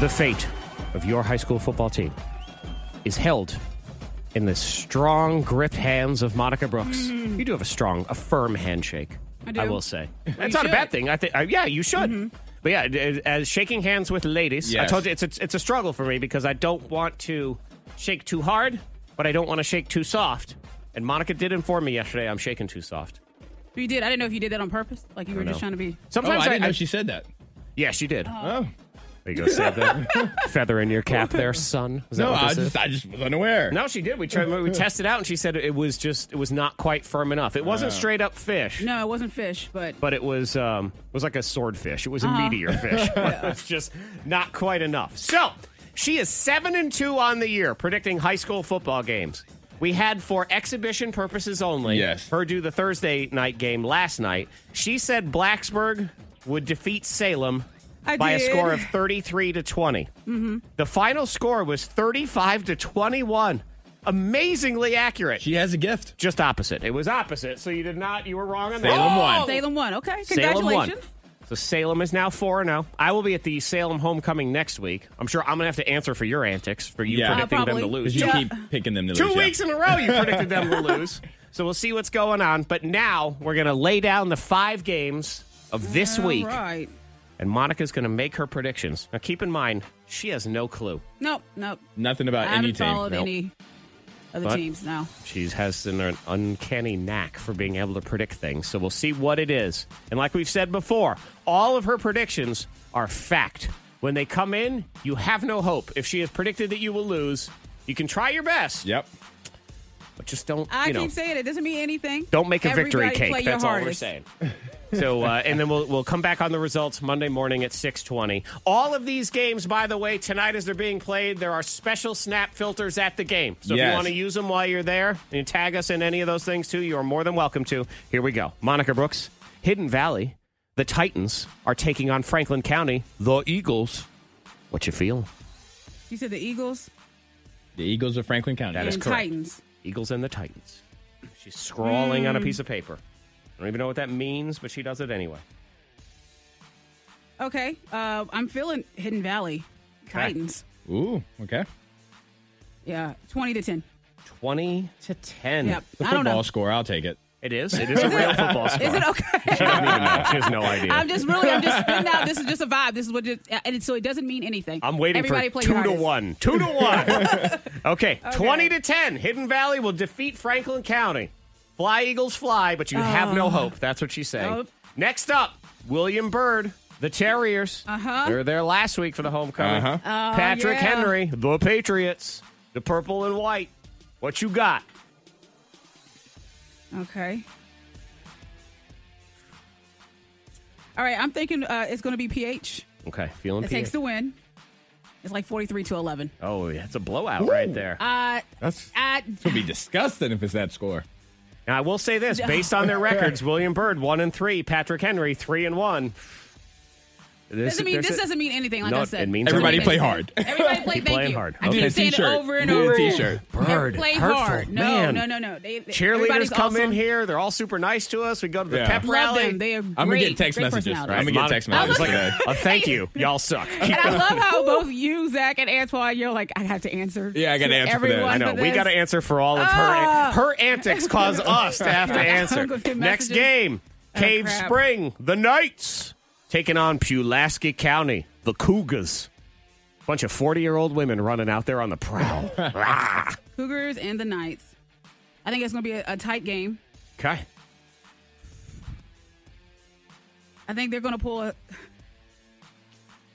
S5: The fate of your high school football team is held in the strong gripped hands of Monica Brooks. You do have a strong, a firm handshake. I,
S7: Mm-hmm. do.
S5: will say
S7: you
S5: that's not a bad
S7: should.
S5: thing. I think, uh, yeah, you should. But yeah, d- uh, as shaking hands with ladies, I
S6: Yes.
S5: told you it's a, it's a struggle for me because I don't want to shake too hard, but I don't want to shake too soft. And Monica did inform me yesterday I'm shaking too soft.
S7: You did. I didn't know if you did that on purpose. Like you were just trying to be.
S6: Oh, I
S5: Sometimes I,
S6: didn't
S5: I-
S6: know she said that.
S5: yeah, she did.
S6: Oh.
S5: There you go, save
S6: [laughs]
S5: that feather in your cap, there, son. Is that
S6: No,
S5: what
S6: I
S5: this is?
S6: just, I just was unaware.
S5: No, she did. We tried. We tested out, and she said it was just it was not quite firm enough. It wasn't straight up fish,
S7: No, it wasn't fish, but
S5: but it was um it was like a swordfish. It was
S7: Uh-huh.
S5: a meteor
S7: [laughs]
S5: fish. it's just not quite enough. So she is seven and two on the year, predicting high school football games. We had for exhibition purposes only.
S6: Yes.
S5: Her do the Thursday night game last night. She said Blacksburg would defeat Salem
S7: I
S5: by a
S7: did.
S5: score of 33 to 20. Mm-hmm. The final score was 35 to 21. Amazingly accurate.
S6: She has a gift.
S5: Just opposite. It was opposite. So you did not, you were wrong on that.
S6: Salem won.
S7: Oh, Salem won. Okay,
S5: Salem won.
S7: congratulations.
S5: So Salem is now 4 0. I will be at the Salem homecoming next week. I'm sure I'm going to have to answer for your antics for you
S6: Yeah. Uh,
S5: predicting them to
S7: probably.
S5: lose.
S6: Because you
S5: Yeah.
S6: keep picking them to
S5: Two
S6: lose, yeah.
S5: weeks in a row, you predicted them to
S7: [laughs]
S5: lose. So we'll see what's going on. But now we're going to lay down the five games of this week.
S7: All right.
S5: And Monica's going to make her predictions. Now, keep in mind, she has no clue.
S7: Nope, nope.
S6: Nothing
S7: I
S5: Uh,
S6: about
S7: haven't
S6: any team.
S7: followed any other
S5: But-
S7: teams now.
S5: She has an uncanny knack for being able to predict things. So we'll see what it is. And like we've said before, all of her predictions are fact. When they come in, you have no hope. If she has predicted that you will lose, you can try your best,
S6: Yep.
S5: but just don't.
S7: I
S5: you know,
S7: keep saying it. it doesn't mean anything.
S5: Don't make a victory
S7: Everybody play
S5: cake.
S7: your
S5: That's all we're
S7: hardest.
S5: saying. so, uh, and then we'll we'll come back on the results Monday morning at six twenty. All of these games, by the way, tonight as they're being played, there are special snap filters at the game. So if you
S6: Yes.
S5: want to use them while you're there and you tag us in any of those things too, you are more than welcome to. Here we go. Monica Brooks, Hidden Valley, the Titans are taking on Franklin County, the Eagles. What you feel?
S7: You said the Eagles
S6: The Eagles of Franklin County.
S5: That is
S7: and
S5: correct.
S7: Titans.
S5: Eagles and the Titans. She's scrawling
S7: Hmm.
S5: on a piece of paper. I don't even know what that means, but she does it anyway.
S7: Okay, uh, I'm feeling Hidden Valley Titans.
S6: Ooh, okay.
S7: Yeah, twenty to ten.
S5: 20 to 10.
S7: Yep.
S6: The
S7: I don't know.
S6: football score, I'll take it.
S5: It is. It is a real football score.
S7: Is it
S5: [laughs]
S7: okay?
S5: I don't even know. She has no idea.
S7: I'm just really,
S5: [laughs]
S7: I'm just spitting out. This is just a vibe. This is what, it, and it, so it doesn't mean anything.
S5: I'm waiting
S7: Everybody
S5: for
S7: play
S5: two
S7: your
S5: to
S7: hardest.
S5: one.
S7: [laughs]
S5: Two to one. okay. 20 to 10. Hidden Valley will defeat Franklin County. Fly, Eagles, fly, but you have no hope. That's what she's saying.
S7: Oh. Nope.
S5: Next up, William Byrd, the Terriers.
S7: Uh-huh. Oh,
S5: They were there last week for the homecoming.
S6: Uh-huh.
S7: Uh,
S5: Patrick
S7: yeah.
S5: Henry, the Patriots, the purple and white. What you got?
S7: Okay. All right, I'm thinking uh, it's going to be PH.
S5: Okay. Feeling
S7: It takes the win. It's like 43 to 11.
S5: Oh, yeah. It's a blowout right there.
S7: Uh,
S6: That's
S7: uh,
S6: It'll be disgusting if it's that score.
S5: Now I will say
S7: [laughs]
S5: this: based on their records, William Byrd one and three, Patrick Henry three and one. This
S7: doesn't mean,
S5: there's
S7: this
S5: a-
S7: doesn't mean anything, like
S5: No,
S7: I said.
S5: it means
S7: Doesn't
S6: Everybody
S7: mean
S6: play
S7: anything.
S6: hard.
S7: Everybody play, thank
S5: playing
S7: you.
S5: hard.
S7: I
S5: Okay.
S7: keep
S6: Get a
S7: saying it
S6: t-shirt.
S7: over and
S6: Get a
S7: over.
S6: t-shirt.
S5: Bird,
S7: Play
S5: hurtful,
S7: hard. No,
S5: man.
S7: no, no, no. They, they- everybody's
S5: Cheerleaders come in
S7: awesome.
S5: here; they're all super nice to us. We go to the
S6: Yeah.
S5: pep
S7: Love
S5: rally.
S7: them. They are great.
S6: I'm gonna get text
S7: great
S6: messages.
S7: personalities.
S5: Right,
S6: I'm gonna get text
S5: Monica-
S6: messages
S5: Monica-
S6: today.
S5: Oh, thank
S7: [laughs]
S5: you. Y'all suck. Keep
S7: And I
S5: going. [laughs]
S7: love [laughs] how both you, Zach, and Antoine, you're like, I have to answer.
S6: Yeah, I gotta
S7: to
S6: answer for that.
S7: everyone
S5: I know.
S7: for
S5: We
S7: this.
S5: got to answer for all of her.
S7: Ah.
S5: her antics
S7: [laughs]
S5: cause us to have to answer.
S7: I'm gonna get
S5: Next
S7: messages. Oh,
S5: game Cave
S7: crap.
S5: Spring, the Knights taking on Pulaski County, the Cougars. Bunch of 40 year old women running out there on the
S6: [laughs]
S5: prowl. Ah.
S7: Cougars and the Knights. I think it's going to be a, a tight game.
S5: okay.
S7: I think they're going to pull a,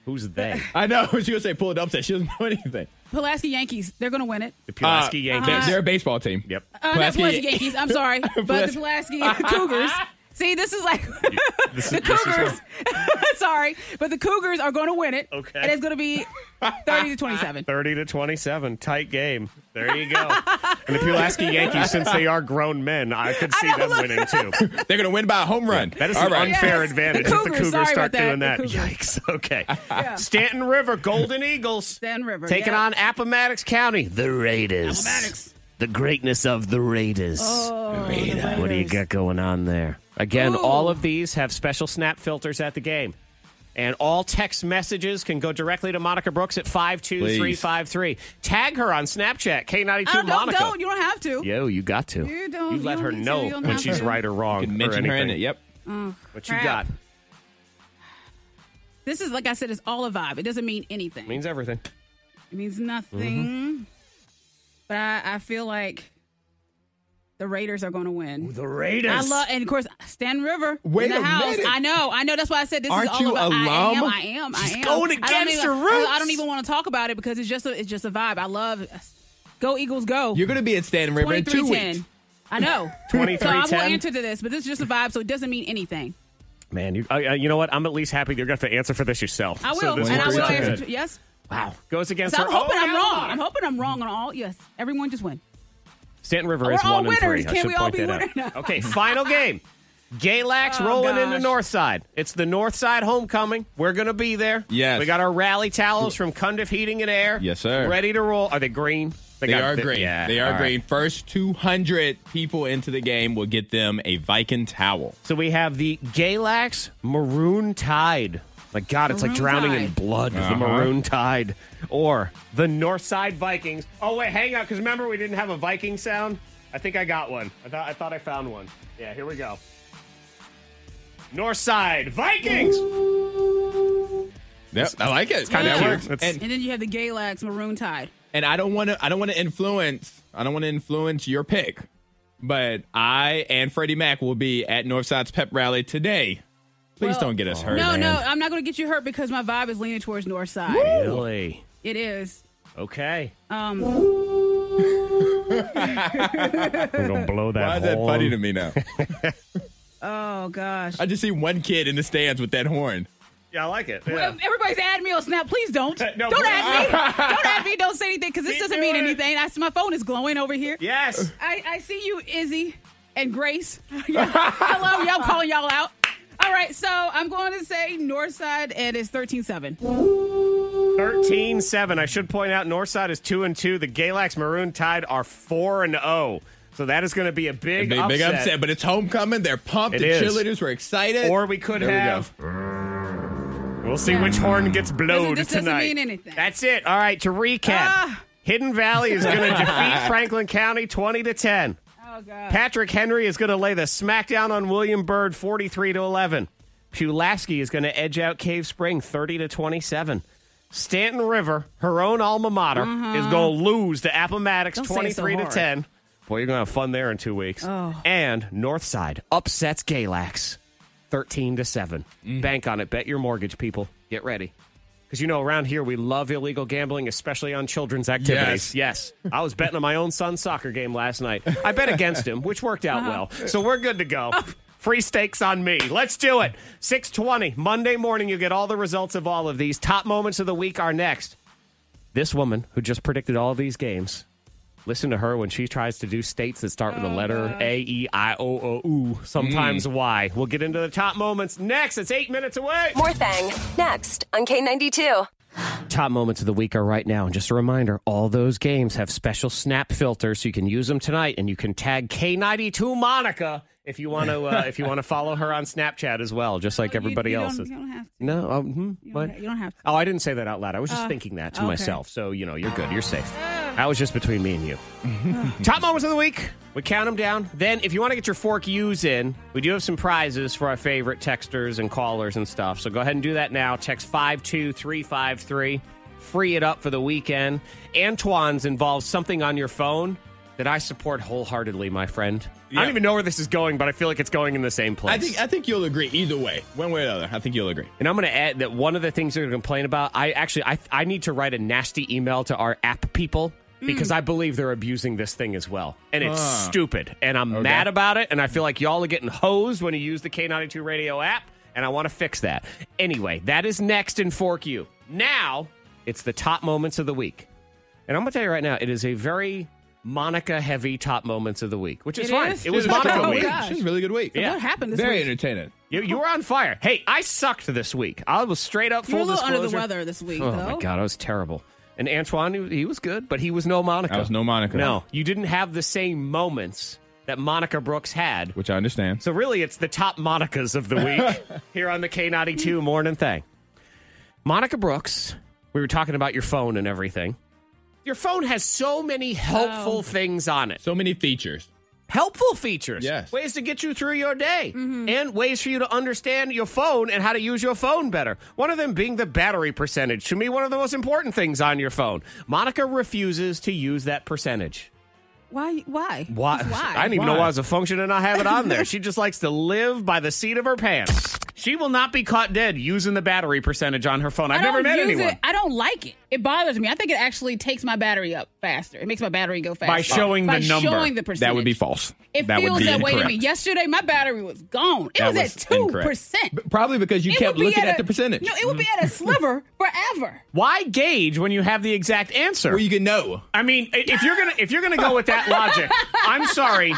S5: Who's they?
S6: I know. [laughs] She was gonna say pull it up. Said she doesn't know anything.
S7: Pulaski Yankees. They're going to win it.
S5: The Pulaski
S6: Uh,
S5: Yankees.
S6: They're, they're a baseball team.
S5: yep.
S7: Uh-huh. Uh, not
S6: Pulaski-
S7: Pulaski Yankees. I'm sorry, but the Pulaski [laughs] Cougars. See, this is like [laughs]
S5: This is-
S7: the
S5: this is
S7: Cougars. sorry, but the Cougars are going to win it.
S5: Okay.
S7: and it's going to be thirty to twenty-seven.
S5: 30 to 27. Tight game. There you go. and the Pulaski Yankees, since they are grown men, I could see
S7: know,
S5: them
S7: look.
S5: winning too.
S6: They're gonna win by a home run.
S5: That is
S6: All
S5: an
S6: right.
S5: unfair
S7: Yes.
S5: advantage
S7: The
S5: if the
S7: Cougars.
S5: Cougars
S7: Sorry
S5: start
S7: about that.
S5: doing
S7: The
S5: that.
S7: Cougars.
S5: Yikes. [laughs] Okay. Stanton River, Golden Eagles.
S7: Stan River
S5: Taking
S7: yeah.
S5: on Appomattox County, the Raiders.
S7: Appomattox. Oh,
S5: The greatness of the Raiders. What do you got going on there? Again,
S7: Ooh.
S5: all of these have special snap filters at the game. And all text messages can go directly to Monica Brooks at 52353. Tag her on Snapchat, K92
S7: I Oh, don't, don't,
S5: Monica.
S7: don't. You don't have to.
S5: Yo, you got to.
S7: You don't- you
S5: let
S7: don't
S5: her
S7: need to,
S5: know
S7: you don't
S5: when
S7: have
S5: she's
S7: to.
S5: right or wrong
S6: You can
S5: or
S6: mention
S5: anything.
S6: her in it. Yep.
S5: What you
S7: Crap.
S5: got
S7: This is like I said. It's all a vibe. It doesn't mean anything.
S5: means everything.
S7: It means
S5: Mm-hmm.
S7: nothing. But I, I feel like the Raiders are going to win.
S5: The Raiders.
S7: I love, and of course, Stan River
S6: Wait
S7: in the
S6: a
S7: house.
S6: minute.
S7: I know, I know. That's why I said this
S6: Aren't
S7: is all
S6: you
S7: about. I am,
S6: alum?
S7: I am, I
S5: She's
S7: am.
S5: going
S7: I don't
S5: against
S7: even-
S5: her roots.
S7: I, I don't even want to talk about it because it's just a, it's just a vibe. I love. Go Eagles, go.
S6: You're gonna be at Stanton River in two
S7: 23-10.
S6: weeks.
S5: [laughs]
S7: I know. so I
S5: 23-10.
S7: won't answer to this, but this is just a vibe, so it doesn't mean anything.
S5: Man, you, uh, you know what? I'm at least happy you're going to have to answer for this yourself.
S7: I will,
S5: So this
S7: and I
S5: works
S7: will
S5: out
S7: answer.
S5: good.
S7: To, yes.
S5: Wow. Goes against Oh, her
S7: So I'm hoping
S5: own
S7: I'm wrong.
S5: ally.
S7: I'm hoping I'm wrong on all. Yes, everyone just win.
S5: Stanton River
S7: We're
S5: is
S7: all
S5: one and three.
S7: winners. [laughs]
S5: I
S7: Can't
S5: should
S7: we all
S5: point
S7: be
S5: that
S7: winner
S5: out. okay, final game. Galax
S7: Oh,
S5: rolling in the
S7: gosh.
S5: north side. It's the north side homecoming. We're going to be there.
S6: Yes.
S5: We got our rally towels from Cundiff Heating and Air.
S6: Yes, sir.
S5: Ready to roll. Are they green?
S6: They
S5: got
S6: are
S5: the-
S6: great.
S5: Yeah.
S6: they are
S5: all right.
S6: great. First 200 people into the game will get them a Viking towel.
S5: So we have the Galax Maroon Tide. My God, it's like
S7: Maroon
S5: drowning in
S7: Tide.
S5: blood,
S6: Uh-huh.
S5: the Maroon Tide. Or the Northside Vikings. Oh, wait, hang on, because remember we didn't have a Viking sound? I think I got one. I thought I, thought I found one. Yeah, here we go. Northside Vikings!
S6: Yep, I like it. It's
S5: kinda cute. It's-
S6: And,
S7: And then you have the Galax Maroon Tide.
S6: and I don't want to. I don't want to influence. I don't want to influence your pick. But I and Freddie Mac will be at Northside's pep rally today. Please
S7: Well,
S6: don't get
S5: oh,
S6: us hurt.
S7: no,
S6: man.
S7: no, I'm not going to get you hurt because my vibe is leaning towards North Side.
S5: Really?
S7: It is.
S5: Okay. [laughs]
S7: Um,
S5: We're going to blow that
S6: Why is that
S5: horn.
S6: funny to me now?
S7: oh gosh.
S6: I just see one kid in the stands with that horn.
S5: Yeah, I like it. Yeah.
S7: Well, Everybody's add me on Snap. Please don't.
S5: [laughs] No,
S7: don't
S5: please.
S7: add me.
S5: [laughs]
S7: don't add me. Don't say anything because this
S5: Keep
S7: doesn't mean
S5: doing it.
S7: anything. I, my phone is glowing over here.
S5: Yes.
S7: I, I see you, Izzy and
S5: [laughs]
S7: Grace. [laughs] Hello, y'all calling y'all out. All right, so I'm going to say Northside, and it's 13-7.
S5: 13 7. I should point out Northside is 2 and 2. The Galax Maroon Tide are 4 and 0. so that is going to be a big,
S6: Big, big upset. but it's homecoming. They're pumped.
S5: It
S6: the
S5: is.
S6: cheerleaders were excited.
S5: Or we could
S6: There we
S5: have.
S6: go.
S5: We'll see which horn gets blowed
S7: this doesn't
S5: tonight.
S7: mean anything.
S5: That's it. All right, to recap.
S7: Ah.
S5: Hidden Valley is
S7: [laughs]
S5: going to defeat Franklin County 20 to 10.
S7: Oh, God.
S5: Patrick Henry is going to lay the smackdown on William Byrd 43 to 11. Pulaski is going to edge out Cave Spring 30 to 27. Stanton River, her own alma mater, is going to lose to Appomattox
S7: Mm-hmm. Don't say it so
S5: 23 to
S7: hard. Oh.
S5: 10. Boy, you're going to have fun there in 2 weeks. And Northside upsets Galax 13 to 7. Bank on it, bet your mortgage people. Get ready. Because you know, around here we love illegal gambling, especially on children's activities. Yes. I was betting on my own son's soccer game last night. I bet against him, which worked out well. So we're good to go. Free stakes on me. Let's do it. 620, Monday morning, you get all the results of all of these. Top moments of the week are next. This woman who just predicted all these games, listen to her when she tries to do states that start
S7: Oh,
S5: with the letter A, E, I, O, O, U, sometimes Y. We'll get into the top moments next. It's eight minutes away.
S2: More Thang next on K92.
S5: Top moments of the week are right now. And just a reminder all those games have special snap filters, so you can use them tonight and you can tag K92 Monica if you want to uh, if you want to follow her on Snapchat as well, just like
S7: Oh, You-
S5: everybody
S7: you
S5: else
S7: don't-
S5: is.
S7: You don't have to.
S5: No, um, hmm,
S7: You
S5: what?
S7: don't, you don't have to.
S5: Oh, I didn't say that out loud. I was just thinking that to
S7: okay.
S5: myself. So, you know, you're good. You're safe. That was just between me and you. Top moments of the week. We count them down. Then, if you want to get your fork U's in, we do have some prizes for our favorite texters and callers and stuff. So go ahead and do that now. Text 52353. free it up for the weekend. Antoine's involves something on your phone that I support wholeheartedly, my friend. I don't
S6: Yeah.
S5: even know where this is going, but I feel like it's going in the same place.
S6: I think I think you'll agree either way, one way or the other. I think you'll agree.
S5: And I'm going to add that one of the things they're going to complain about, I actually I I need to write a nasty email to our app people because
S7: Mm.
S5: I believe they're abusing this thing as well. And it's
S6: Ah.
S5: stupid. And I'm mad about it and I feel like y'all are getting hosed when you use the K92 radio app and I want to fix that. Anyway, that is next in Fork You. Now, it's the top moments of the week. And I'm going to tell you right now, it is a very Monica heavy top moments of the week, which is
S7: It
S5: fine.
S7: is?
S5: It was
S7: It is.
S5: Monica
S7: [laughs] Oh,
S5: week.
S7: gosh.
S6: She's a really good week.
S5: Yeah.
S7: What happened this
S6: Very
S7: week?
S6: entertaining.
S5: You, you were on fire. Hey, I sucked this week. I was straight up
S7: You're
S5: full
S7: a little
S5: disclosure.
S7: under the weather this week,
S5: Oh
S7: though.
S5: my god, I was terrible. And Antoine, he- he was good, but he was no Monica.
S6: I was no Monica.
S5: No, you didn't have the same moments that Monica Brooks had.
S6: Which I understand.
S5: So really, it's the top Monicas of the
S6: [laughs]
S5: week here on the K92 Morning Thing. Monica Brooks, we were talking about your phone and everything. Your phone has so many helpful things on it
S6: So many features.
S5: helpful features.
S6: Yes.
S5: Ways to get you through your day
S7: Mm-hmm.
S5: and ways for you to understand your phone and how to use your phone better. One of them being the battery percentage. To me, one of the most important things on your phone. Monica refuses to use that percentage.
S7: Why? Why? Just Why?
S5: [laughs] I didn't even know why
S6: Why?
S5: it was a function and I have it on there. she just likes to live by the seat of her pants. She will not be caught dead using the battery percentage on her phone. I've
S7: I
S5: never
S7: don't
S5: met
S7: use
S5: anyone.
S7: It. I don't like it. It bothers me. I think it actually takes my battery up faster. It makes my battery go faster
S5: By showing
S7: By
S5: the number.
S7: showing the percentage.
S6: That would be false.
S7: It
S6: that
S7: feels
S6: would be
S7: that way to
S6: incorrect.
S7: me. Yesterday, my battery was gone. It
S6: That
S7: was,
S6: was
S7: at two
S6: incorrect.
S7: percent.
S6: B- Probably because you kept looking at, the percentage. Mm-hmm.
S7: No, it would be at a sliver forever.
S5: Why gauge when you have the exact answer?
S6: Where you can know.
S5: I mean, i- if you're gonna if you're gonna go with that logic, I'm sorry.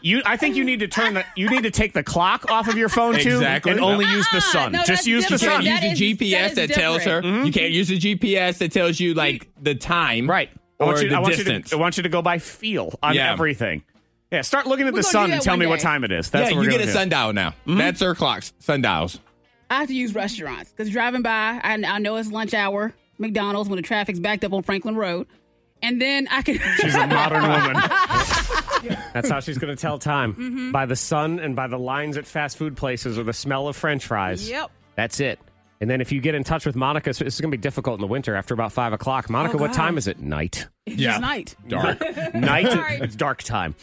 S5: You, I think you need to turn the you need to take the clock off of your phone too,
S6: Exactly.
S5: and only use the sun.
S7: Ah, no,
S5: Just
S7: that's
S5: use the
S6: You
S5: sun.
S7: different.
S6: can't use
S7: That
S6: the
S7: is-
S6: GPS
S7: that
S6: that,
S7: is
S6: tells her.
S7: different.
S6: You can't use the GPS that tells you like the time.
S5: right. I
S6: Or
S5: want you.
S6: the
S5: I want you
S6: distance.
S5: to. I want you to go by feel on
S6: Yeah.
S5: everything. Yeah. Start looking at
S7: We're
S5: the
S7: gonna
S5: sun
S7: do
S5: and
S7: that
S5: tell
S7: one
S5: me what
S7: day.
S5: time it is. That's
S6: yeah,
S5: what we're
S6: you get a
S5: gonna do.
S6: sundial now.
S7: Mm-hmm.
S6: That's her clocks. Sundials.
S7: [laughs] I have to use restaurants because driving by, I, I know it's lunch hour. McDonald's when the traffic's backed up on Franklin Road, and then I can. [laughs]
S5: She's a modern woman. That's how she's going to tell time
S7: Mm-hmm.
S5: by the sun and by the lines at fast food places or the smell of French fries.
S7: Yep.
S5: That's it. And then if you get in touch with Monica, so this is going to be difficult in the winter after about five o'clock. Monica, what
S7: Oh, God.
S5: time is it?
S7: [laughs]
S5: Night.
S6: [laughs]
S7: It's
S6: Yeah.
S7: night.
S6: Dark.
S5: Night.
S7: Sorry.
S5: It's dark time.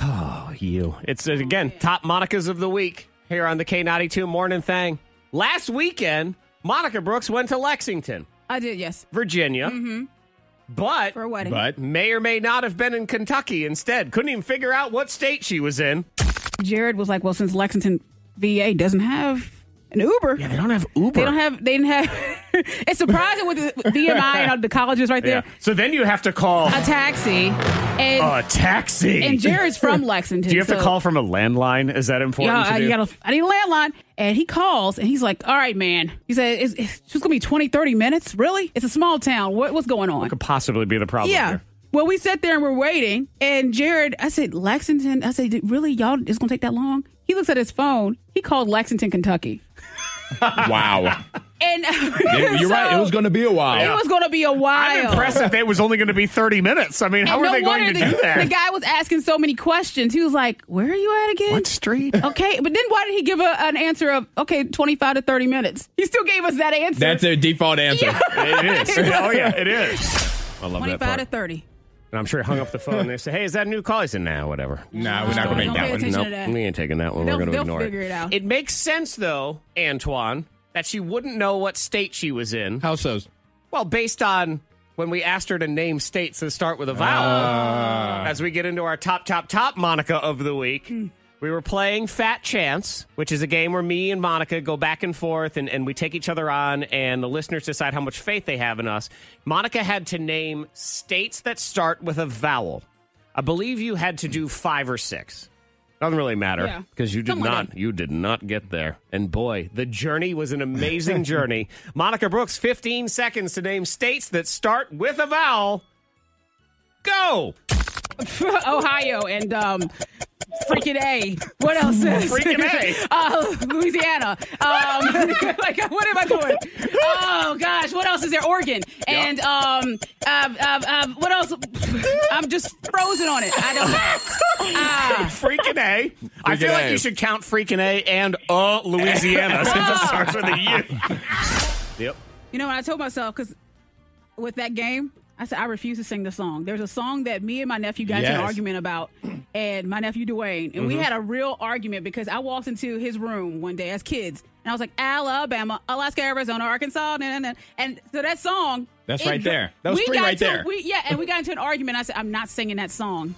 S5: Oh, you. It's uh, again
S7: Oh,
S5: top Monicas of the week here on the K ninety two morning thing. Last weekend, Monica Brooks went to Lexington,
S7: I did yes
S5: Virginia, but
S7: Mm-hmm. for a wedding.
S6: but
S5: may or may not have been in Kentucky instead. Couldn't even figure out what state she was in.
S7: Jared was like, "Well, since Lexington VA doesn't have an Uber,
S5: they don't have Uber.
S7: they don't have. They didn't have. [laughs] it's surprising with the VMI and all the colleges right
S5: yeah.
S7: there.
S5: So then you have to call
S7: A taxi, and
S5: a taxi.
S7: and
S5: [laughs]
S7: Jared's from Lexington.
S5: Oh, do you have to
S7: so-
S5: call from a landline? Is that important?
S7: Yeah,
S5: to
S7: I- you
S5: do?
S7: gotta, I need a landline. And he calls and he's like, all right, man. He said, it's, it's just going to be 20, 30 minutes. Really? It's a small town. What, what's going on?
S5: [laughs] could possibly be the problem.
S7: Yeah.
S5: here.
S7: Well, we sat there and we're waiting. And Jared, I said, Lexington. I said, really? Y'all, it's going to take that long? He looks at his phone. He called Lexington, Kentucky.
S6: wow.
S7: And [laughs]
S6: It- you're right. It was going to be a while.
S7: It was going to be a
S5: I'm
S7: while.
S5: impressed that it was only going to be 30 minutes. I mean, how
S7: And
S5: are
S7: no
S5: they going to
S7: wonder the,
S5: do that?
S7: The guy was asking so many questions. He was like, where are you at
S5: [laughs]
S7: again?
S5: what street?
S7: [laughs] Okay, but then why did he give a, an answer of okay, twenty five to thirty minutes? He still gave us that answer.
S6: That's their default answer.
S7: [laughs]
S5: it is. Oh, yeah, it is. I love
S7: twenty
S5: that
S7: five
S5: part.
S7: to thirty.
S5: And I'm sure he hung up the phone and they said, hey, is that a new call? He said, nah, whatever.
S6: Nah, we're not going to make
S7: Don't pay
S6: that one.
S7: attention
S5: Nope,
S7: to that.
S5: we ain't taking that one. We're
S7: They'll-
S5: going to
S7: they'll
S5: ignore
S7: figure it out.
S5: It makes sense, though, Antoine, that she wouldn't know what state she was in.
S6: How so's?
S5: Well, based on when we asked her to name states that start with a
S7: Uh,
S5: vowel,
S6: Uh,
S5: as we get into our top, top, top Monica of the week, we were playing Fat Chance, which is a game where me and Monica go back and forth and, and we take each other on, and the listeners decide how much faith they have in us. Monica had to name states that start with a vowel. I believe you had to do five or six. Doesn't really
S7: Yeah.
S5: matter because you did
S7: Something like
S5: not
S7: that.
S5: you did not get there. And boy, the journey was an amazing journey. Monica Brooks, 15 seconds to name states that start with a vowel. Go!
S7: [laughs] Ohio and um, freaking A. What else? Is?
S5: Freaking A.
S7: [laughs] uh, Louisiana. Um, [laughs] like, what am I going? Oh gosh, what else is there? Oregon and um, um, um, um, what else? I'm just frozen on it.
S5: [laughs]
S7: I don't know. Ah.
S5: Freaking [laughs] A! I
S6: Freaking
S5: feel like
S6: A.
S5: you should count freaking A and uh [laughs] Louisiana since it starts with a U. [laughs] Yep.
S7: You know, and I told myself because with that game, I said I refuse to sing the song. There's a song that me and my nephew got into an
S6: Yes. Mm-hmm.
S7: argument about, [clears throat] and my nephew Dwayne, and we had a real argument because I walked into his room one day as kids, and I was like Alabama, Alaska, Arizona, Arkansas, nah, nah, nah. and so that song.
S6: That's
S7: it
S6: right
S7: dro-
S6: there. That was
S7: we
S6: three
S7: got
S6: right
S7: into-
S6: there.
S7: We, yeah, and we got into an argument. I said I'm not singing that song.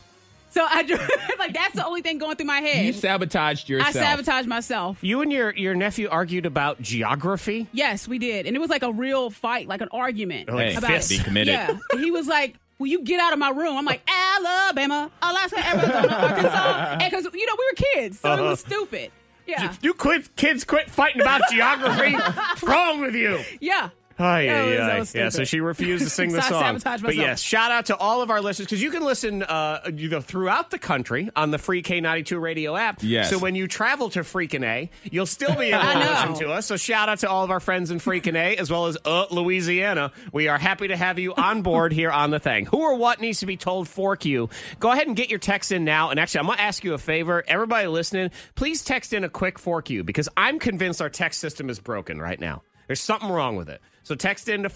S7: So I [laughs] dr- like that's the only thing going through my head.
S6: You sabotaged yourself.
S7: I sabotaged myself.
S5: You and your, your nephew argued about geography?
S7: Yes, we did. And it was like a real fight, like an argument.
S6: Like
S7: about
S6: fist.
S7: it.
S6: Be committed.
S7: Yeah. He was like, Will you get out of my room? I'm like, Alabama, Alaska, Arizona,
S5: [laughs]
S7: Arkansas. Because, you know, we were kids, so it was stupid. Yeah.
S5: Uh-huh. You quit, kids quit fighting [laughs] about geography. What's wrong with you?
S7: Yeah.
S5: Oh,
S7: Yeah,
S5: yeah,
S7: it was-
S5: yeah.
S7: that was
S5: yeah, so
S7: stupid.
S5: she refused to [laughs] sing the
S7: [laughs] So I
S5: song.
S7: sabotaged
S5: But
S7: myself.
S5: yes, shout out to all of our listeners because you can listen uh, you know, throughout the country on the free K92 radio app.
S6: Yes.
S5: So when you travel to Freakin' A, you'll still be able
S7: I
S5: to
S7: know.
S5: listen to us. So shout out to all of our friends in Freakin' A as well as uh, Louisiana. We are happy to have you on board here on the thing. Who or what needs to be told fork you? Go ahead and get your text in now. And actually, I'm going to ask you a favor. Everybody listening, please text in a quick fork you because I'm convinced our text system is broken right now. There's something wrong with it. So text in to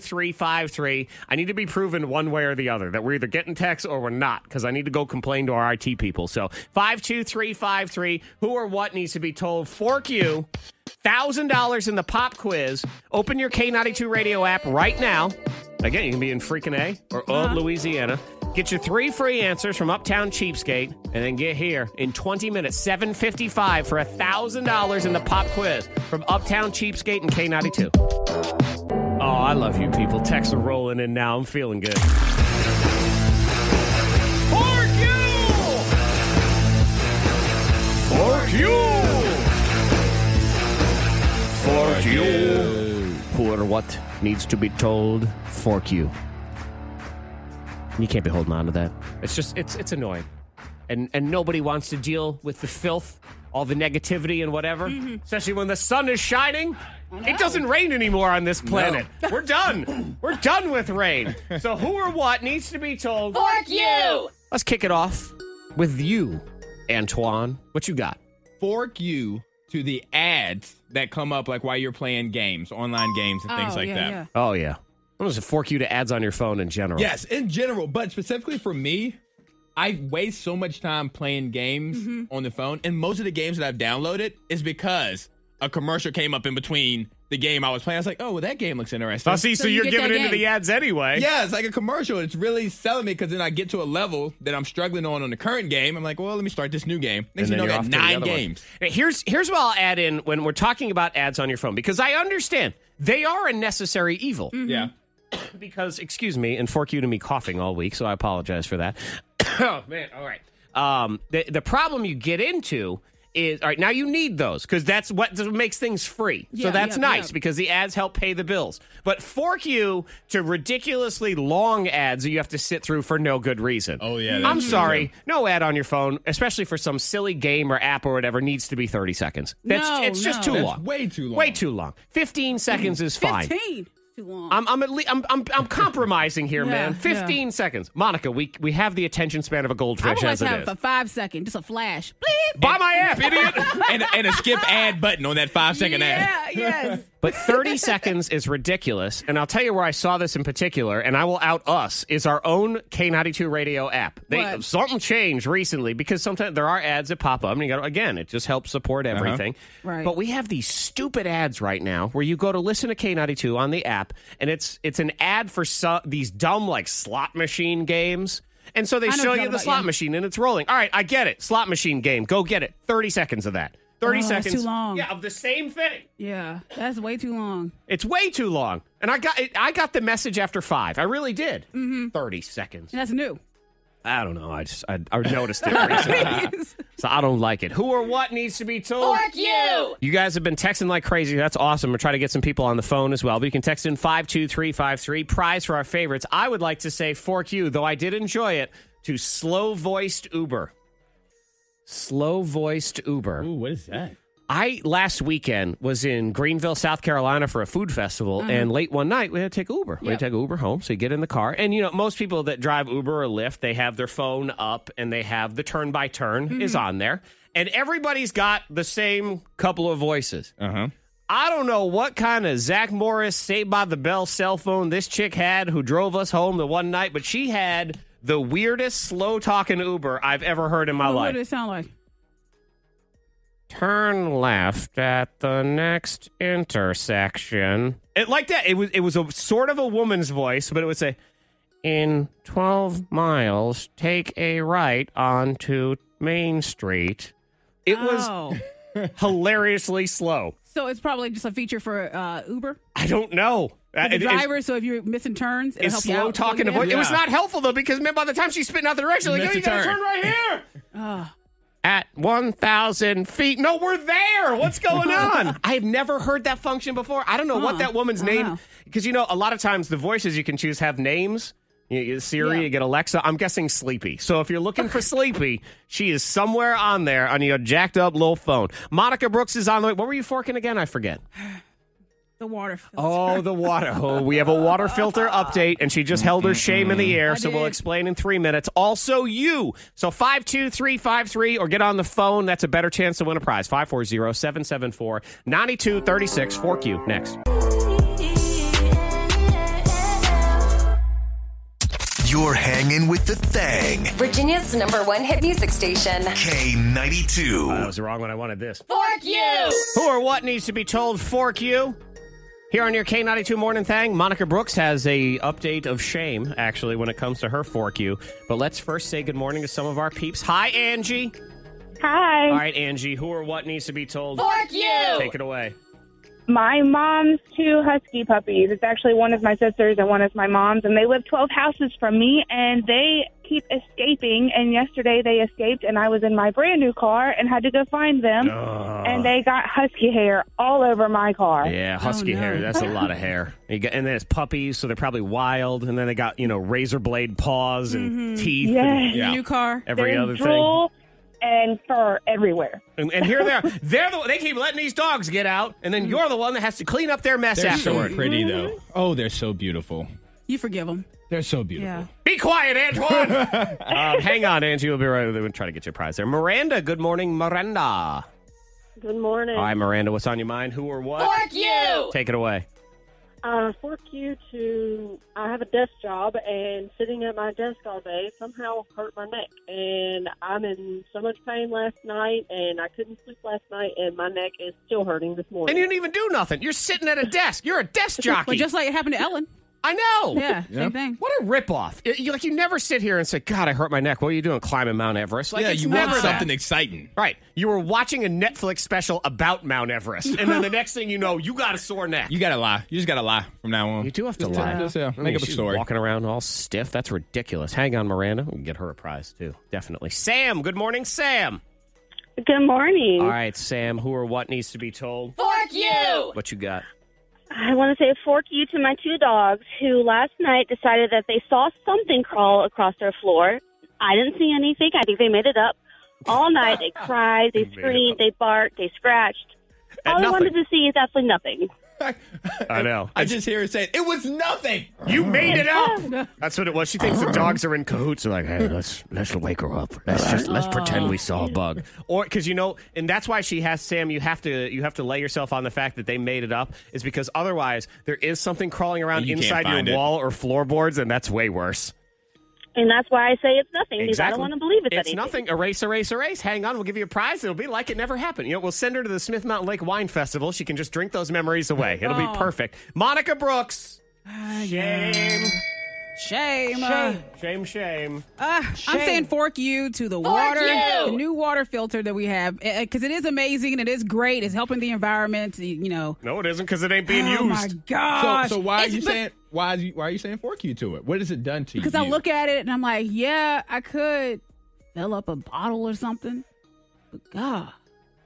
S5: 52353. I need to be proven one way or the other that we're either getting texts or we're not because I need to go complain to our IT people. So 52353, who or what needs to be told? Fork you. $1,000 in the pop quiz. Open your K92 radio app right now. Again, you can be in freaking A or uh, Louisiana. Get your three free answers from Uptown Cheapskate and then get here in 20 minutes, 755 for $1,000 in the pop quiz from Uptown Cheapskate and K92. Oh, I love you people. Texts are rolling in now. I'm feeling good. Fork you! Fork you! Fork you. Who or what needs to be told? Fork you. You can't be holding on to that. It's just it's it's annoying, and and nobody wants to deal with the filth, all the negativity and whatever.
S2: Mm-hmm.
S5: Especially when the sun is shining. It doesn't rain anymore on this planet. We're done. We're done with
S2: [laughs]
S5: rain. So who or what needs to be told?
S2: Fork you!
S5: Let's kick it off with you, Antoine. What you got?
S6: fork you to the ads that come up like while you're playing games, online games and things
S7: oh,
S6: like
S7: yeah,
S6: that.
S7: Yeah.
S5: Oh yeah, I'm gonna fork you to ads on your phone in general.
S6: Yes, in general, but specifically for me, I waste so much time playing games
S5: Mm-hmm.
S6: on the phone, and most of the games that I've downloaded is because a commercial came up in between the game I was playing. I was like, "Oh, well, that game looks interesting."
S5: I see. So,
S7: So you
S5: you're
S7: get
S5: giving
S7: that
S5: into
S7: game.
S5: the ads anyway.
S6: Yeah, it's like a commercial. It's really selling me because then I get to a level that I'm struggling on on the current game. I'm like, "Well, let me start this new game." Next
S5: And then
S6: thing you know,
S5: you're
S6: I
S5: off to
S6: got
S5: the
S6: nine
S5: other one.
S6: games.
S5: Here's here's what I'll add in when we're talking about ads on your phone because I understand they are a necessary evil.
S6: Yeah, [laughs]
S5: Because excuse me, and fork you to me coughing all week, so I apologize for that. [coughs] oh man, all right. Um, the the problem you get into is all right. Now you need those because that's what makes things free. so
S7: Yeah,
S5: that's
S7: yeah,
S5: nice
S7: yeah.
S5: because the ads help pay the bills. But fork you to ridiculously long ads that you have to sit through for no good reason.
S6: Oh, yeah, that's
S5: I'm
S6: true,
S5: sorry. No ad on your phone, especially for some silly game or app or whatever, needs to be 30 seconds. That's
S7: No,
S5: it's just
S7: no.
S5: too
S6: That's
S5: long.
S6: way too long.
S5: Way too long. 15 seconds is fine.
S7: 15. Too long.
S5: I'm I'm, at le- I'm I'm I'm compromising here,
S7: Yeah,
S5: man.
S7: yeah.
S5: 15 seconds. Monica, we we have the attention span of a
S7: I
S5: goldfish
S7: would like
S5: as
S7: to
S5: it
S7: have
S5: is.
S7: it for five seconds, just a flash. Bleep.
S5: Buy my app, idiot. [laughs]
S6: and and a skip ad button on that five second ad.
S7: Yeah,
S5: [laughs]
S7: yes.
S5: But
S7: [laughs]
S5: 30 seconds is ridiculous. And I'll tell you where I saw this in particular, and I will out us, is our own K92 radio app. They,
S7: What?
S5: Something changed recently because sometimes there are ads that pop up. And you got again, it just helps support everything.
S7: Right.
S5: But we have these stupid ads right now where you go to listen to K92 on the app, and it's it's an ad for so, these dumb, like, slot machine games. And so they
S7: I know
S5: show
S7: what
S5: you
S7: you're
S5: the
S7: talking about,
S5: slot
S7: yeah.
S5: machine and it's rolling. All right, I get it. Slot machine game. Go get it. 30 seconds of that. 30
S7: Oh, that's
S5: seconds.
S7: too long.
S5: Yeah, of the same thing.
S7: Yeah, that's way too long.
S5: It's way too long. And I got I got the message after five. I really did. Thirty seconds.
S7: And that's new.
S5: I don't know. I just I, I noticed it recently, so I don't like it. Who or what needs to be told?
S2: you!
S5: You guys have been texting like crazy. That's awesome. We're trying to get some people on the phone as well. But you can text in 52353. Prize for our favorites. I would like to say fork you, though I did enjoy it, to slow voiced Uber. Slow voiced Uber.
S6: Ooh, what is that?
S5: I last weekend was in Greenville, South Carolina for a food festival, and late one night we had to take Uber. We had to take Uber home, so you get in the car, and you know most people that drive Uber or Lyft, they have their phone up and they have the turn by turn is on there, and everybody's got the same couple of voices.
S6: Uh huh.
S5: I don't know what kind of Zach Morris Saved by the Bell cell phone this chick had who drove us home the one night, but she had the weirdest slow talking Uber I've ever heard in my
S7: What
S5: life.
S7: did it sound like?
S5: turn left at the next intersection. It like that. It was it was a sort of a woman's voice, but it would say, "In twelve miles, take a right onto Main Street." It
S7: Oh.
S5: was hilariously slow.
S7: So it's probably just a feature for uh, Uber
S5: I don't know. Uh,
S7: the
S5: it- it's-
S7: driver. So if you're missing turns, it'll
S5: it's
S7: help you
S5: slow
S7: out,
S5: talking
S7: plug
S5: voice.
S7: in.
S5: It was
S6: Yeah.
S5: not helpful though because man, by the time she spit in other direction, like,
S6: You
S5: no,
S6: missed
S5: you
S6: a
S5: gotta
S6: turn.
S5: turn right here. At one thousand feet. No, we're there. What's [laughs] going on? I've never heard that function before. I don't know what
S7: Huh.
S5: that woman's
S7: I
S5: name.
S7: know.
S5: Because you know, a lot of times the voices you can choose have names. You you get Siri,
S7: Yeah.
S5: you get Alexa. I'm guessing Sleepy. So if you're looking for Sleepy, she is somewhere on there on your jacked up little phone. Monica Brooks is on the way. What were you forking again? I forget.
S7: the water. filter.
S5: Oh, the water. Oh, we have a water filter update, and she just held her shame in the air,
S7: I
S5: so we'll
S7: did.
S5: explain in three minutes. Also, you. So 52353 or get on the phone. That's a better chance to win a prize. 540 774 9236 4Q. Next.
S8: You're hanging with the thang.
S2: Virginia's number one hit music station.
S5: That
S8: K92.
S5: was the wrong one. I wanted this.
S2: Fork you!
S5: Who or what needs to be told? Fork you. Here on your K92 Morning Thang, Monica Brooks has a update of shame, actually, when it comes to her fork you. But let's first say good morning to some of our peeps. Hi, Angie.
S10: Hi.
S5: All right, Angie, who or what needs to be told?
S2: Fork you!
S5: Take it away.
S10: My mom's two husky puppies. It's actually one is my sister's and one is my mom's, and they live 12 houses from me, and they keep escaping. And yesterday they escaped, and I was in my brand new car and had to go find them, and they got husky hair all over my car.
S5: Yeah, husky
S7: no.
S5: hair. That's a lot
S10: [laughs]
S5: of hair. You got, and then it's puppies, so they're probably wild. And then they got, you know, razor blade paws and teeth and
S10: Mm-hmm. Yes.
S7: Your new car.
S5: every
S10: There's
S5: other thing.
S10: drool and fur everywhere.
S5: And, and here they are. They're the, they keep letting these dogs get out, and then you're the one that has to clean up their mess
S6: They're so
S5: afterward.
S6: pretty, though. Oh, they're so beautiful.
S7: You forgive them.
S6: They're so beautiful.
S7: Yeah.
S5: Be quiet,
S6: [laughs]
S5: Antoine. um, hang on, Angie. We'll be right with you. We'll try to get your prize there. Miranda, good morning, Miranda.
S10: Good morning.
S5: Hi, Miranda. What's on your mind? Who or what?
S2: Fork you!
S5: Take it away.
S10: Uh, fork you to. I have a desk job, and sitting at my desk all day somehow hurt my neck, and I'm in so much pain last night, and I couldn't sleep last night, and my neck is still hurting this morning.
S5: And you didn't even do nothing. You're sitting at a desk. You're a desk jockey.
S7: Well, just like it happened to Ellen.
S5: I know.
S7: Yeah, same thing.
S5: What a ripoff! It- You, like you never sit here and say, "God, I hurt my neck." What are you doing climbing Mount Everest? Like
S6: yeah,
S5: it's
S6: you
S5: never
S6: want
S5: that.
S6: something exciting.
S5: right? You were watching a Netflix special about Mount Everest, and [laughs] then the next thing you know, you got a sore neck.
S6: You gotta lie. You just gotta lie from now on.
S5: You do have to
S6: Just-
S5: lie.
S6: just, yeah,
S5: I
S6: make
S5: mean,
S6: up a
S5: she's
S6: story.
S5: Walking around all stiff. That's ridiculous. Hang on, Miranda. We can get her a prize too. Definitely. Sam. Good morning, Sam.
S10: Good morning.
S5: All right, Sam. Who or what needs to be told?
S2: Fork you!
S5: What you got?
S10: I want to say fork you to my two dogs who last night decided that they saw something crawl across their floor. I didn't see anything. I think they made it up.
S5: [laughs]
S10: All night they cried, they
S5: it
S10: screamed,
S5: up.
S10: they barked, they scratched.
S5: At
S10: All they
S5: nothing.
S10: wanted to see is absolutely nothing.
S5: I know.
S6: I just hear her say, "It was nothing."
S5: You made
S10: [laughs]
S5: it up. Oh. That's what it was. She thinks the dogs are in cahoots. They're like, hey, let's let's wake her up. Let's just let's
S10: Oh.
S5: pretend we saw a bug. Or because you know, and that's why she has Sam. You have to you have to lay yourself on the fact that they made it up. Is because otherwise there is something crawling around
S6: You can't
S5: inside
S6: find
S5: your
S6: it.
S5: wall or floorboards, and that's way worse.
S10: And that's why I say it's nothing because I
S5: Exactly.
S10: don't want to believe it's,
S5: It's
S10: anything.
S5: nothing. Erase, erase, erase. Hang on. We'll give you a prize. It'll be like it never happened. You know, we'll send her to the Smith Mountain Lake Wine Festival. She can just drink those memories away. It'll
S7: Oh.
S5: be perfect. Monica Brooks.
S10: Ah,
S5: Shame.
S7: Shame. Uh,
S5: Shame. Shame. Shame.
S7: uh, I'm saying fork you to the water, the new water filter that we have, because it is amazing and it is great. It's helping the environment. You you know.
S5: No, it isn't because it ain't being
S7: oh my
S5: used.
S7: gosh!
S6: So, so why are
S7: It's-
S6: you
S7: but-
S6: saying why is you, why are you saying fork you to it? What has it done to you?
S7: Because I look at it and I'm like, yeah, I could fill up a bottle or something, but God,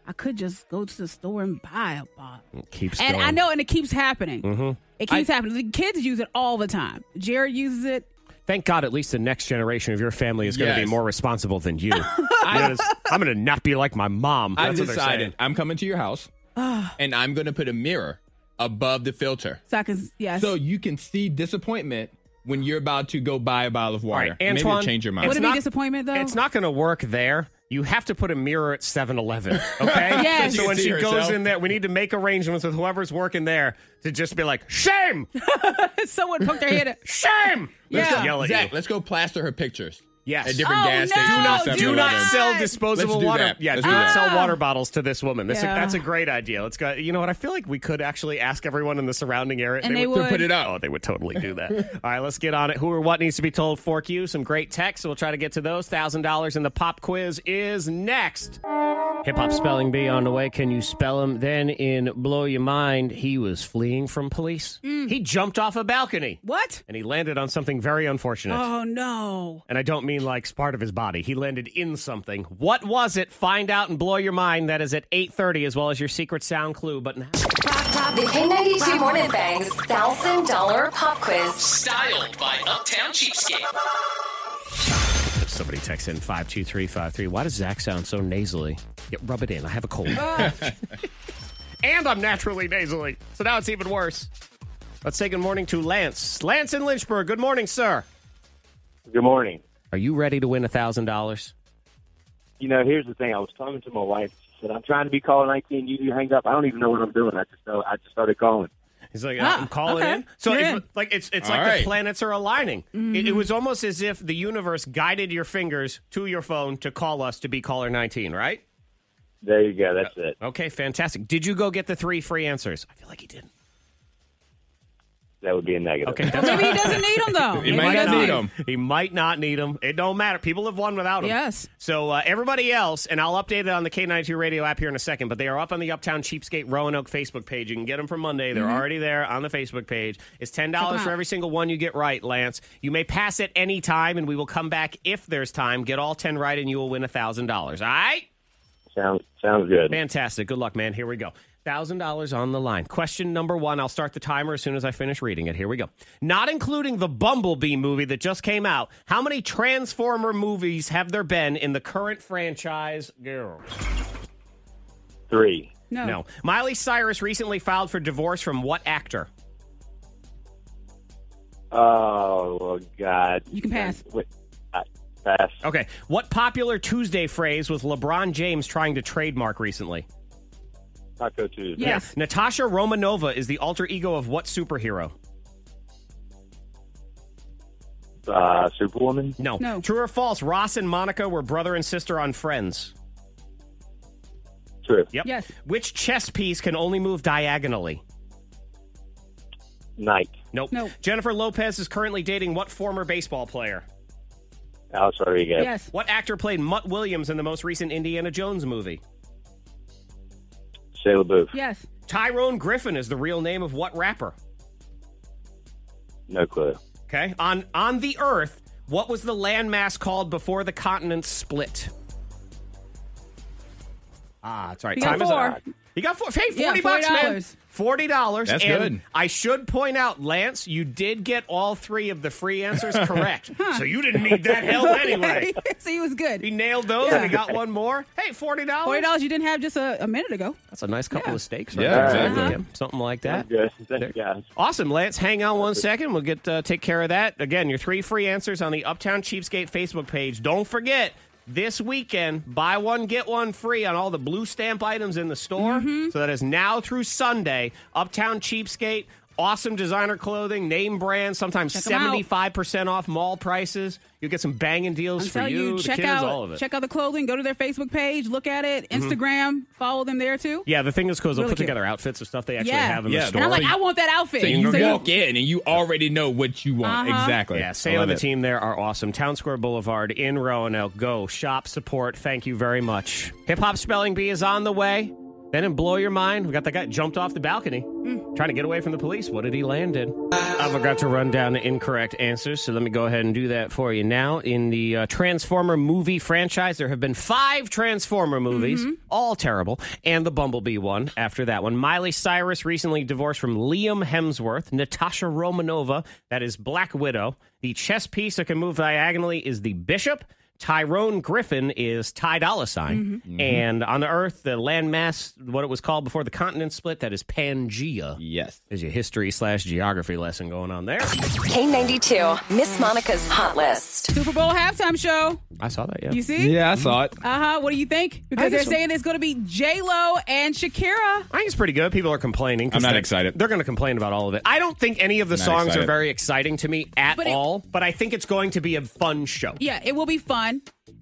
S7: I could just go to the store and buy a bottle.
S5: Keeps
S7: And I know, and it keeps happening.
S6: Mm-hmm.
S5: Mhm.
S7: It keeps happening. The kids use it all the time. Jared uses it.
S5: Thank God, at least the next generation of your family is going to be
S6: Yes.
S5: more responsible than
S7: [laughs]
S5: you. Because I'm going to not be like my mom.
S6: I
S5: That's what they're saying.
S6: decided I'm coming to your house,
S7: Ah.
S6: and I'm gonna put a mirror above the filter
S7: So I can, yes.
S6: so you can see disappointment when you're about to go buy a bottle of
S5: All
S6: water.
S5: right, Antoine,
S6: Maybe change your mind.
S7: Would it be disappointment, though?
S5: It's not going to work there. You have to put a mirror at 7
S7: [laughs]
S5: Eleven, okay?
S7: Yes.
S5: So when
S6: You
S5: she
S6: see
S5: goes
S6: herself.
S5: in there, we need to make arrangements with whoever's working there to just be like, shame,
S7: [laughs] Someone poked their
S6: [laughs]
S7: head. At,
S5: shame.
S7: Yeah.
S5: Just yell at
S6: Zach,
S5: you.
S6: let's go plaster her pictures.
S5: Yes.
S6: At different
S7: Oh,
S6: gas
S7: no,
S6: stations.
S7: do
S6: and
S7: not-
S5: Do not
S6: 7-Eleven.
S5: sell disposable
S6: Let's do
S5: water.
S6: that.
S5: Yeah, do
S6: Let's do
S5: not
S6: that.
S5: sell water bottles to this woman. That's,
S7: Yeah.
S5: a, that's a great idea. Let's go. You know what? I feel like we could actually ask everyone in the surrounding area.
S7: And they would.
S6: Put it
S5: Oh,
S6: up.
S5: they would totally do that. [laughs] All right, let's get on it. Who or what needs to be told for Q? Some great text. So we'll try to get to those. Thousand dollars in the pop quiz is next. Hip hop spelling bee on the way. Can you spell him? Then in blow your mind, he was fleeing from police.
S7: Mm.
S5: He jumped off a balcony
S7: what?
S5: and he landed on something very unfortunate.
S7: Oh no!
S5: And I don't mean like part of his body. He landed in something. What was it? Find out and blow your mind. That is at 8:30 as well as your secret sound clue. But now
S2: The K92 Morning Bang's $1,000 pop quiz.
S11: Styled by Uptown Cheapskate.
S5: somebody text in 52353. Why does Zach sound so nasally? Yeah, rub it in. I have a cold. Ah. [laughs] and I'm naturally nasally. So now it's even worse. Let's say good morning to Lance. Lance in Lynchburg. Good morning, sir.
S11: Good morning.
S5: Are you ready to win $1,000?
S11: You know, here's the thing. I was talking to my wife. She said, "I'm trying to be calling 19. You, you hang up. I don't even know what I'm doing. I just know. I just started calling."
S5: He's like, "Uh,
S7: Ah,
S5: I'm calling
S7: okay.
S5: in. So
S7: You're
S5: it's
S7: in.
S5: like it's it's
S6: All
S5: like the
S6: right.
S5: planets are aligning. It, it was almost as if the universe guided your fingers to your phone to call us to be caller 19, right?
S11: There you go. That's it.
S5: Okay, fantastic. Did you go get the three free answers? I feel like he didn't.
S11: That would be a negative.
S5: Okay, that's
S7: Maybe he doesn't need them
S6: [laughs]
S7: though.
S6: He
S7: Maybe
S6: might not
S7: doesn't
S6: need 'em.
S5: He might not need them. It don't matter. People have won without them.
S7: Yes.
S5: So uh, everybody else, and I'll update it on the K92 radio app here in a second, but they are up on the Uptown Cheapskate Roanoke Facebook page. You can get them for Monday. They're already there on the Facebook page. It's $10
S7: out.
S5: for every single one you get right, Lance. You may pass at any time, and we will come back if there's time. Get all 10 right, and you will win $1,000. All right?
S11: Sounds sounds good.
S5: Fantastic. Good luck, man. Here we go. $1,000 on the line. Question number one. I'll start the timer as soon as I finish reading it. Here we go. Not including the Bumblebee movie that just came out, how many Transformer movies have there been in the current franchise? Girl.
S11: Three.
S7: No.
S5: No. Miley Cyrus recently filed for divorce from what actor?
S11: Oh well, God.
S7: You can pass.
S11: Wait, I, pass.
S5: Okay. What popular Tuesday phrase was LeBron James trying to trademark recently?
S11: Taco Tuesday.
S7: Yes.
S5: Natasha Romanova is the alter ego of what superhero?
S11: Uh, Superwoman.
S5: No.
S7: No.
S5: True or false? Ross and Monica were brother and sister on Friends.
S11: True.
S5: Yep.
S7: Yes.
S5: Which chess piece can only move diagonally?
S11: Night.
S5: Nope.
S7: Nope.
S5: Jennifer Lopez is currently dating what former baseball player?
S11: Alex Rodriguez.
S7: Yes.
S5: What actor played Mutt Williams in the most recent Indiana Jones movie?
S11: Shayla Booth.
S7: Yes.
S5: Tyrone Griffin is the real name of what rapper?
S11: No clue.
S5: Okay. On on the Earth, what was the landmass called before the continents split? Ah, that's right.
S7: You got
S5: Time is up.
S7: four.
S5: You got four. Hey, forty
S7: Yeah,
S5: bucks, man.
S7: $40.
S5: Forty dollars.
S6: That's
S5: and
S6: good.
S5: I should point out, Lance, you did get all three of the free answers
S7: [laughs]
S5: correct, so you didn't need that help anyway.
S7: so he was
S5: He
S7: good.
S5: nailed those, and he got one more. Hey, forty
S7: Forty
S5: dollars.
S7: dollars you didn't have just a, a minute ago.
S5: That's a nice couple
S7: Yeah.
S5: of steaks, right?
S6: Yeah,
S5: there.
S6: exactly.
S5: Yep, something like that.
S11: Good. Thanks, guys.
S5: Awesome, Lance. Hang on one second. We'll get uh, take care of that. Again, your three free answers on the Uptown Cheapskate Facebook page. Don't forget this weekend, buy one get one free on all the blue stamp items in the store.
S7: Mm-hmm.
S5: So that is now through Sunday. Uptown Cheapskate. Awesome designer clothing, name brand, sometimes
S7: Check 'em out.
S5: seventy five percent off mall prices. You get some banging deals
S7: I'm
S5: for
S7: telling
S5: you,
S7: you,
S5: the
S7: check
S5: kids,
S7: out
S5: all of it. Mm-hmm.
S7: check out the clothing. Go to their Facebook page, look at it. Instagram, follow them there too.
S5: yeah, the thing is, because they'll
S7: Really
S5: put
S7: cute.
S5: together outfits of stuff they actually
S7: Yeah.
S5: have in the
S6: Yeah,
S5: store.
S7: And I'm like, I want that outfit.
S6: So you
S7: So you-
S6: walk in and you already know what you want.
S7: Uh-huh.
S6: Exactly.
S5: Yeah,
S6: I
S5: Sam
S6: love
S5: and the
S6: it.
S5: team there are awesome. Town Square Boulevard in Roanoke. Go shop, support. Thank you very much. Hip Hop Spelling Bee is on the way. Then in Blow Your Mind, we got that guy jumped off the balcony trying to get away from the police. What did he land in? I forgot to run down the incorrect answers, so let me go ahead and do that for you now. In the uh, Transformer movie franchise, there have been five Transformer movies, all terrible, and the Bumblebee one after that one. Miley Cyrus recently divorced from Liam Hemsworth. Natasha Romanova, that is Black Widow. The chess piece that can move diagonally is the Bishop. Tyrone Griffin is Ty Dolla Sign,
S12: Mhm. Mhm.
S5: and on the Earth, the landmass, what it was called before the continent split, that is Pangea.
S6: Yes,
S5: there's your history slash geography lesson going on there.
S2: K92, Miss Monica's Hot List.
S7: Super Bowl halftime show.
S5: I saw that. Yeah,
S7: You see?
S6: Yeah, I saw it.
S7: Uh huh. What do you think? Because they're
S5: just-
S7: saying it's going to be J Lo and Shakira.
S5: I think it's pretty good. People are complaining. 'cause
S6: I'm not
S5: they-
S6: excited.
S5: They're going to complain about all of it. I don't think any of the
S6: Not
S5: songs
S6: excited.
S5: are very exciting to me at
S7: But it-
S5: all, but I think it's going to be a fun show.
S7: Yeah, it will be fun.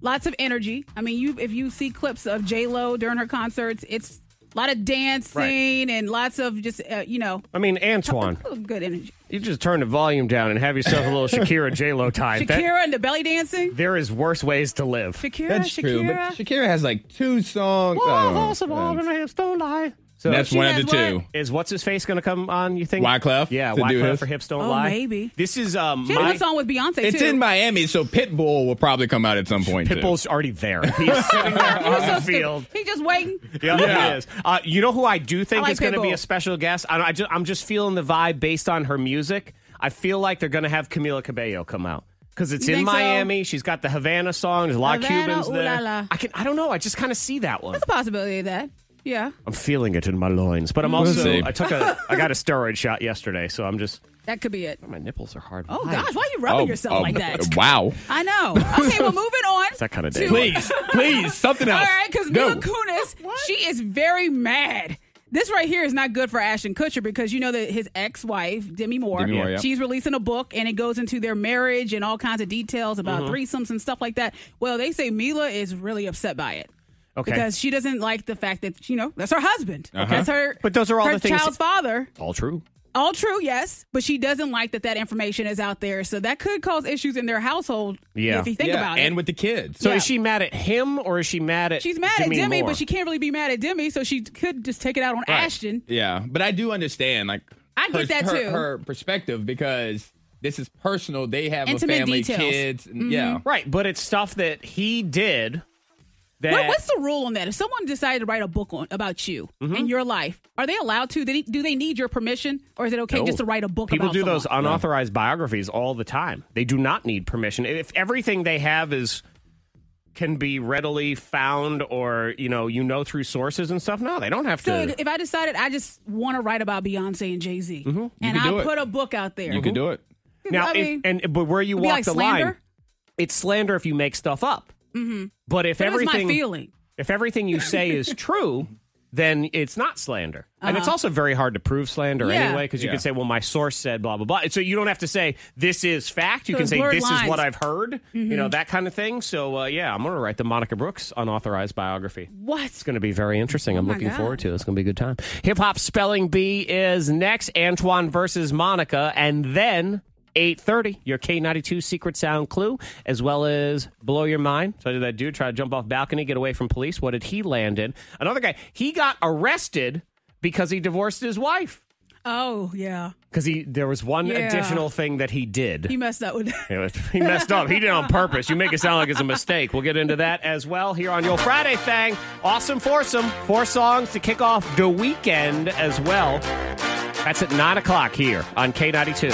S7: Lots of energy. I mean, you if you see clips of J Lo during her concerts, it's a lot of dancing
S5: Right.
S7: and lots of just uh, you know
S5: I mean, Antoine,
S7: good energy.
S5: you just turn the volume down and have yourself a
S7: [laughs]
S5: little Shakira J Lo time. That-
S7: Shakira and the belly dancing.
S5: there is worse ways to live. Oh,
S7: Shakira,
S6: That's
S7: Shakira.
S6: true. But Shakira has like two songs.
S7: Whoa,
S6: I don't know.
S7: horse of
S6: Yeah.
S7: Auburn, I have stone eye.
S5: So
S6: That's
S5: she
S6: one of
S5: has
S6: the two.
S5: what? Is what's his face going to come on? You think
S6: Wyclef
S5: Yeah,
S6: to do
S5: Wyclef
S6: his?
S5: for hips don't
S7: Oh,
S5: lie.
S7: maybe.
S5: this is um.
S7: She had a
S5: My,
S7: good song with Beyonce
S6: It's
S7: too.
S6: in Miami, so Pitbull will probably come out at some point. too.
S5: Pitbull's already there.
S7: [laughs]
S5: He's sitting there
S7: He
S5: [laughs] on
S7: was so
S5: the
S7: stupid.
S5: field.
S7: He just waiting.
S5: Yeah,
S6: Yeah.
S5: it is. Uh, you know who I do think
S7: I like
S5: is going to be
S7: Pitbull.
S5: a special guest? I, I just, I'm just feeling the vibe based on her music. I feel like they're going to have Camila Cabello come out because it's
S7: You
S5: in
S7: think so?
S5: Miami. She's got the Havana song. There's a lot
S7: Havana,
S5: of Cubans
S7: ooh
S5: there.
S7: la la.
S5: I can. I don't know. I just kind of see that one.
S7: There's a possibility of that. Yeah,
S5: I'm feeling it in my loins, but I'm
S6: We'll
S5: also.
S6: see.
S5: I took a. I got a steroid shot yesterday, so I'm just.
S7: that could be it.
S5: My nipples are hard.
S7: Oh
S5: Why?
S7: gosh, why are you rubbing yourself
S6: oh,
S7: like
S6: [laughs]
S7: that?
S6: Wow.
S7: I know. Okay, well, moving on.
S5: It's that kind of day.
S7: [laughs]
S6: Please, please, something
S7: All
S6: else.
S7: right, because Mila Kunis, she is very mad. This right here is not good for Ashton Kutcher because you know that his ex-wife Demi Moore,
S6: Demi Moore, yeah.
S7: she's releasing a book and it goes into their marriage and all kinds of details
S5: Mm-hmm.
S7: about threesomes and stuff like that. Well, they say Mila is really upset by it.
S5: Okay.
S7: Because she doesn't like the fact that you know that's her husband,
S6: Uh-huh.
S7: that's her.
S5: But those are all
S7: her
S5: the things-
S7: child's father.
S5: All true.
S7: All true, yes, but she doesn't like that that information is out there, so that could cause issues in their household.
S5: Yeah.
S7: if you think
S6: yeah,
S7: about it.
S6: and with the kids.
S5: So
S7: Yeah.
S5: is she mad at him or is she mad at?
S7: She's mad
S5: Demi
S7: at Demi,
S5: Moore?
S7: but she can't really be mad at Demi, so she could just take it out on Ashton.
S6: yeah, but I do understand. Like,
S7: I get that,
S6: her,
S7: too.
S6: Her perspective because this is personal. They have
S7: Intimate
S6: a family,
S7: details. Mm-hmm.
S6: kids. and- Yeah.
S5: Right, but it's stuff that he did. That
S7: What, what's the rule on that? If someone decided to write a book on about you and your life, are they allowed to? They- Do they need your permission, or is it okay
S5: No.
S7: just to write a book?
S5: People
S7: about
S5: do
S7: someone?
S5: those unauthorized biographies all the time. They do not need permission. If everything they have is can be readily found or, you know, you know through sources and stuff, no, they don't have
S7: So
S5: to.
S7: if I decided I just want to write about Beyonce and Jay Z, and
S6: can do
S7: I
S6: it.
S7: put a book out there,
S6: You could do it.
S5: Now,
S7: I
S5: if-
S7: mean,
S5: and but where you
S7: it'd
S5: walk
S7: be like
S5: the line,
S7: slander?
S5: it's slander if you make stuff up.
S7: Mhm.
S5: But if
S7: But it's my
S5: everything
S7: feeling.
S5: if everything you say
S7: [laughs]
S5: is true, then it's not slander. And it's also very hard to prove slander
S7: Uh-huh. Yeah.
S5: anyway, because you
S6: Yeah.
S5: can say, well, my source said blah, blah, blah. So you don't have to say, this is fact. You
S7: So
S5: can
S7: it's
S5: say,
S7: blurred
S5: this is
S7: lines. Mm-hmm.
S5: what I've heard, you know, that kind of thing. So, uh, yeah, I'm going to write the Monica Brooks unauthorized biography.
S7: What?
S5: It's going to be very interesting. I'm
S7: Oh my
S5: looking
S7: God.
S5: forward to it. It's going to be a good time. Hip Hop Spelling Bee is next. Antoine versus Monica. And then 8.30, your K92 Secret Sound Clue, as well as Blow Your Mind. So did that dude try to jump off balcony, get away from police. What did he land in? Another guy, he got arrested because he divorced his wife.
S7: Oh yeah,
S5: Because he there was one
S7: Yeah.
S5: additional thing that he did.
S7: he messed up with [laughs] that.
S5: It was- He messed up. He did it on purpose. You make it sound like it's a mistake. We'll get into that as well here on your Friday thing. Awesome foursome. Four songs to kick off the weekend as well. That's at 9 o'clock here on K92.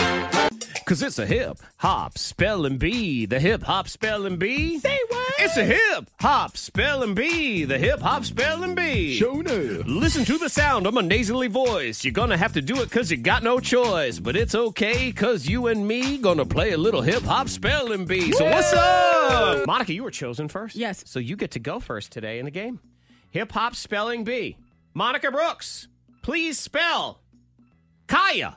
S5: Because it's a hip hop spelling bee. The hip hop spelling bee. Say what? It's a hip hop spelling bee. The hip hop spelling bee.
S6: Jonah.
S5: Listen to the sound of my nasally voice. You're gonna have to do it cause you got no choice. But it's okay cause you and me gonna play a little hip hop spelling bee. So what's up? Monica, you were chosen first.
S7: Yes.
S5: So you get to go first today in the game. Hip hop spelling bee. Monica Brooks, please spell Kaya.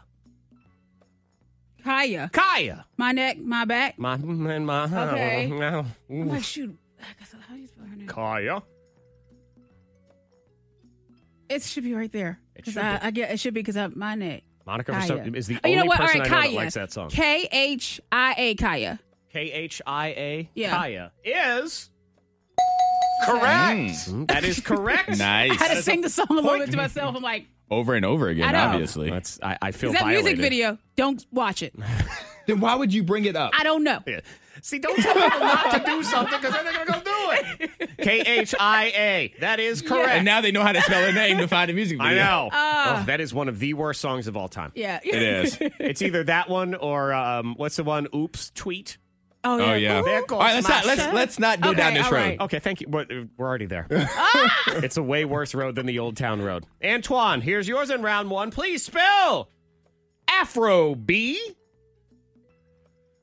S7: Kaya,
S5: Kaya.
S7: my neck, my back.
S5: My and my
S7: Okay. Oh I'm
S5: Ooh.
S7: like, shoot, I guess- how do you spell her
S5: [laughs]
S7: name?
S5: Kaya.
S7: It should be right there.
S5: It
S7: 'Cause
S5: should
S7: I,
S5: be.
S7: I get it should be because of my neck.
S5: Monica for
S7: Kaya.
S5: some, is the
S7: Oh,
S5: only
S7: you know what?
S5: person
S7: All right,
S5: I know
S7: Kaya.
S5: that likes that song.
S7: K H I A Kaya.
S5: K H I A.
S7: Yeah.
S5: Kaya is correct. That is correct.
S7: I
S6: Mm. Nice.
S7: had to sing the song a little
S5: Point.
S7: bit to myself. I'm like,
S6: Over and over
S7: I
S6: again,
S7: know.
S6: obviously.
S5: That's I, I feel
S7: is that
S5: violated.
S7: music video? Don't watch it.
S6: Then why would you bring it up?
S5: [laughs]
S7: I don't know.
S5: Yeah. See, don't tell people not to do something because then they're gonna go do it.
S7: [laughs]
S5: K H I A. That is correct.
S6: And now they know how to spell her name to find a music
S5: I
S6: video.
S5: know.
S7: Ah.
S5: Oh, that is one of the worst songs of all time.
S7: [laughs] Yeah.
S6: It is.
S5: It's either that one or um, what's the one? Oops, tweet.
S7: Oh, yeah.
S6: Oh, yeah. All right, let's not let's let's not go down this road.
S5: Okay, thank you. But uh, we're already there. [laughs] it's a way worse road than the Old Town Road. Antoine, here's yours in round one. Please spell Afro B.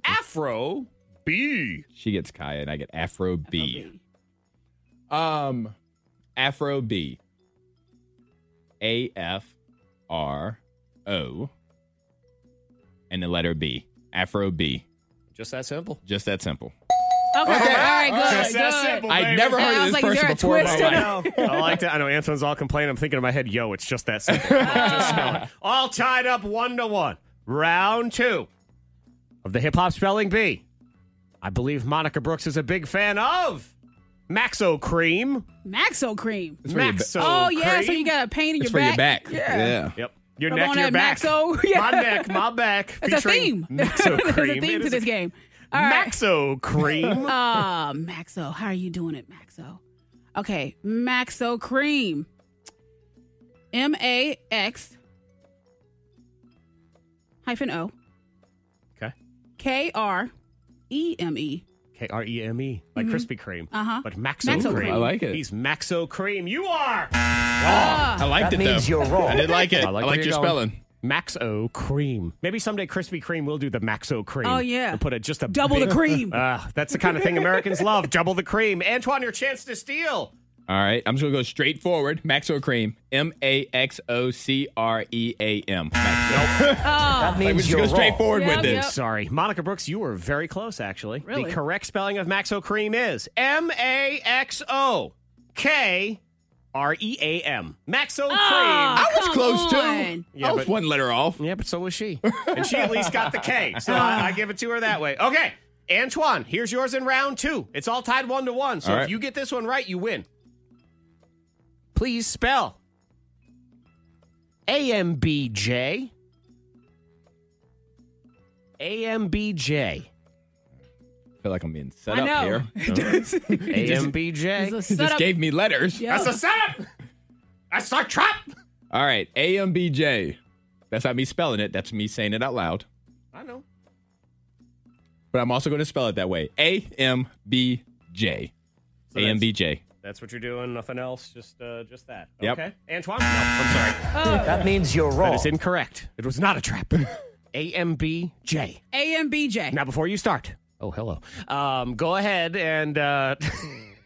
S5: Afro B.
S6: She gets Kaya and I get Afro B. Um Afro B. A F R O and the letter B. Afro B.
S5: Just that simple.
S6: Just that simple.
S7: Okay. All right. Good.
S5: Just that
S7: good.
S5: simple,
S6: I'd
S5: baby.
S6: never heard
S7: I
S6: of
S7: was
S6: this
S7: like, is
S6: person
S7: there a
S6: before in my
S7: twist in
S6: life.
S5: Oh, I know. I like that. I know Antoine's all complaining. I'm thinking in my head, yo, it's just that simple. Just spell it. All tied up one to one. Round two of the hip hop spelling bee. I believe Monica Brooks is a big fan of Maxo Cream.
S7: Maxo cream.
S6: for your ba-
S5: Maxo
S7: oh yeah, so
S5: cream.
S7: you got a pain in
S6: It's
S7: your
S6: for
S7: back.
S6: your back.
S7: Yeah.
S5: Yep. Your
S7: Rub
S5: neck,
S7: on
S5: your
S7: that
S5: back.
S7: Maxo. [laughs] Yeah.
S5: My neck, my back.
S7: It's a
S5: featuring
S7: theme. [laughs]
S5: Maxo
S7: There's a
S5: cream.
S7: theme
S5: It
S7: to
S5: is
S7: this
S5: a-
S7: game. All right.
S5: Maxo
S7: [laughs]
S5: cream.
S7: Uh, Maxo, how are you doing it, Maxo? Okay, Maxo cream. M A X hyphen O
S5: okay.
S7: K R E M E.
S5: K R E M E, like Krispy Kreme.
S7: Uh-huh.
S5: But Maxo,
S7: Maxo
S5: cream.
S7: cream.
S6: I like it.
S5: He's Maxo cream. You are
S6: I liked
S8: That
S6: it though.
S8: means you're wrong.
S6: I did like it.
S5: I
S6: I
S5: like
S6: like,
S5: where you're
S6: your
S5: going.
S6: spelling.
S5: Maxo cream. Maybe someday Krispy Kreme will do the Maxo cream.
S7: Oh, yeah.
S5: We'll put a, just a
S7: Double the
S5: big-
S7: cream.
S5: Ah, that's the kind of thing Americans
S7: [laughs]
S5: love. Double the cream. Antoine, your chance to steal.
S6: All right. I'm just gonna go straight forward. Maxo cream. M A X O C R E A M. Maxo.
S8: That
S6: Like, we
S8: means
S6: just
S8: you're
S6: go straight
S8: wrong.
S6: forward
S7: Yep,
S6: with this.
S7: yep.
S5: Sorry, Monica Brooks, you were very close. Actually,
S7: Really?
S5: the correct spelling of Maxo cream is M A X O K R E A M. Maxo cream.
S6: I was
S7: Come
S6: close
S7: Oh, on.
S6: too.
S5: Yeah,
S6: I was
S5: but-
S6: one letter off.
S5: Yeah, but so was she. and she at least got the K. So I, I give it to her that way. Okay. Antoine, here's yours in round two. It's all tied one to one. So
S6: All
S5: if
S6: right.
S5: you get this one right, you win. Please spell AMBJ. AMBJ.
S6: I feel like I'm being set
S7: I
S6: up
S7: know. [laughs]
S6: here.
S7: It's a
S5: AMBJ.
S6: He
S7: setup.
S6: just gave me letters.
S7: Yeah.
S5: That's a setup. That's our trap.
S6: All right, AMBJ. That's not me spelling it. That's me saying it out loud.
S5: I know.
S6: But I'm also going to spell it that way. A M B J.
S5: So
S6: A M B J.
S5: That's what you're doing. Nothing else. Just, uh, just that.
S6: Yep.
S5: Okay. Antoine. No, I'm sorry.
S7: Oh.
S8: That means you're wrong.
S5: That is incorrect. It was not a trap. [laughs] AMBJ.
S7: A M B J.
S5: Now, before you start, oh, hello. Um, go ahead and. Uh, [laughs]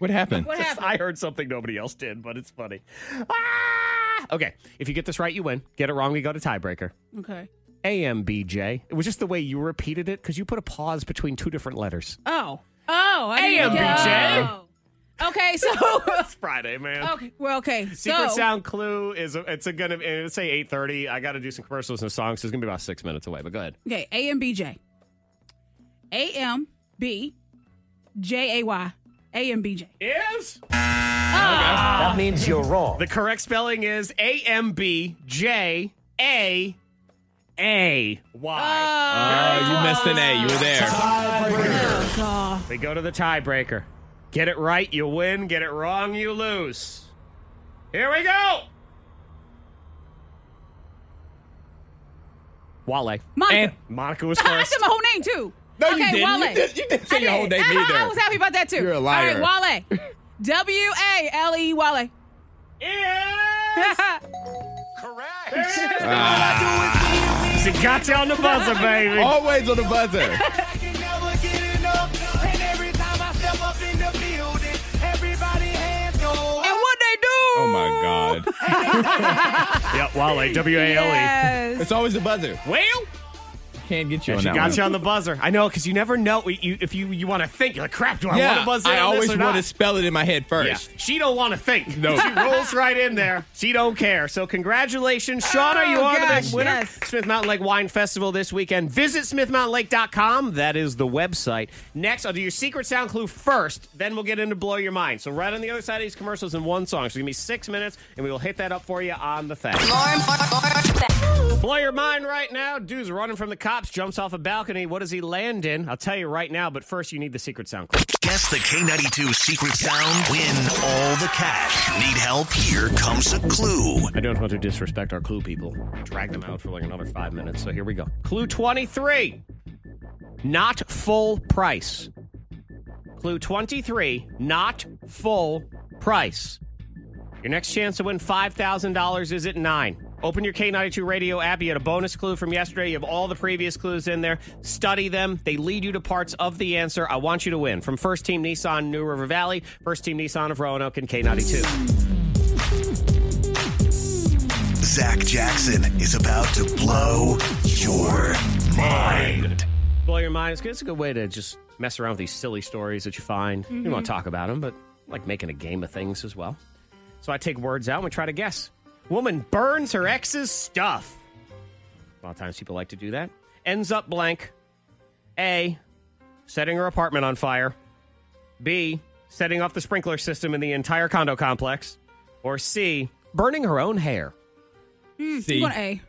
S6: What happened?
S7: What happened?
S5: I heard something nobody else did, but it's funny. Ah! Okay. If you get this right, you win. Get it wrong, we go to tiebreaker.
S7: Okay.
S5: AMBJ. It was just the way you repeated it because you put a pause between two different letters.
S7: Oh. Oh. I didn't
S5: AMBJ.
S7: get- Oh. Okay. So. [laughs]
S5: Friday, man.
S7: okay. Well. Okay.
S5: Secret
S7: so.
S5: Sound Clue is it's a gonna and it's say eight thirty. I got to do some commercials and songs. So it's gonna be about six minutes away. But go ahead.
S7: Okay, A M B J. A M B J A Y. A M B J.
S5: Is
S7: Ah.
S8: that means you're wrong.
S5: The correct spelling is A M B J A A
S7: Ah.
S5: Y.
S6: Uh,
S7: Oh,
S6: you missed an A. You were there.
S5: They go to the tiebreaker. Get it right, you win. Get it wrong, you lose. Here we go. Wale.
S7: Monica. Ah,
S6: And-
S5: Monica was
S7: [laughs] I
S5: first.
S7: said my whole name too.
S6: [laughs] No, you
S7: okay,
S6: didn't.
S7: Wale.
S6: You did- you didn't say
S7: I
S6: your whole
S7: did.
S6: name
S7: I- I,
S6: either.
S7: was happy about that too.
S6: You're a liar.
S7: All right,
S6: [laughs]
S7: Wale. W A L E Wale.
S5: Yes.
S8: Correct.
S5: She got you on the buzzer, baby.
S6: Always on the buzzer.
S7: And what they do?
S6: Oh my God.
S5: Yep, Wale. W A L E.
S7: Yes.
S6: It's always the buzzer.
S5: Well,
S6: Can't get
S5: she
S6: you on that
S5: got
S6: one.
S5: you on the buzzer. I know, because you never know you, if you, you want to think. You're like, crap, do I want
S6: Yeah,
S5: to buzz in
S6: I
S5: on this
S6: always
S5: or
S6: want to
S5: not?
S6: spell it in my head
S5: Yeah.
S6: first.
S5: She don't want to think.
S6: No.
S5: She rolls right in there. She don't care. So congratulations, Shauna. You
S7: Oh,
S5: are the
S7: gosh,
S5: big winner.
S7: yes.
S5: Smith Mountain Lake Wine Festival this weekend. Visit smithmountainlake.com. That is the website. Next, I'll do your secret sound clue first. Then we'll get into Blow Your Mind. So right on the other side of these commercials in one song. So give me six minutes, and we will hit that up for you on the thing. Blow your mind right now. Dude's running from the cops, jumps off a balcony. What does he land in? I'll tell you right now, but first you need the secret sound clue.
S8: Guess the K92 secret sound. Win all the cash. Need help? Here comes a clue.
S5: I don't want to disrespect our clue people. Drag them out for like another five minutes. So here we go. Clue 23. not full price. Clue 23, not full price. Your next chance to win $5,000 is at 9. Open your K92 radio app. You had a bonus clue from yesterday. You have all the previous clues in there. Study them. They lead you to parts of the answer. I want you to win. From First Team Nissan New River Valley, First Team Nissan of Roanoke, and K92.
S8: Zach Jackson is about to blow your mind.
S5: Blow your mind. It's, good. it's a good way to just mess around with these silly stories that you find. You
S8: Mhm.
S5: don't want to talk about them, but I like making a game of things as well. So I take words out and we try to guess. Woman burns her ex's stuff. A lot of times people like to do that. Ends up blank. A. Setting her apartment on fire. B. Setting off the sprinkler system in the entire condo complex. Or C. Burning her own hair.
S6: E.
S7: Mm, what A?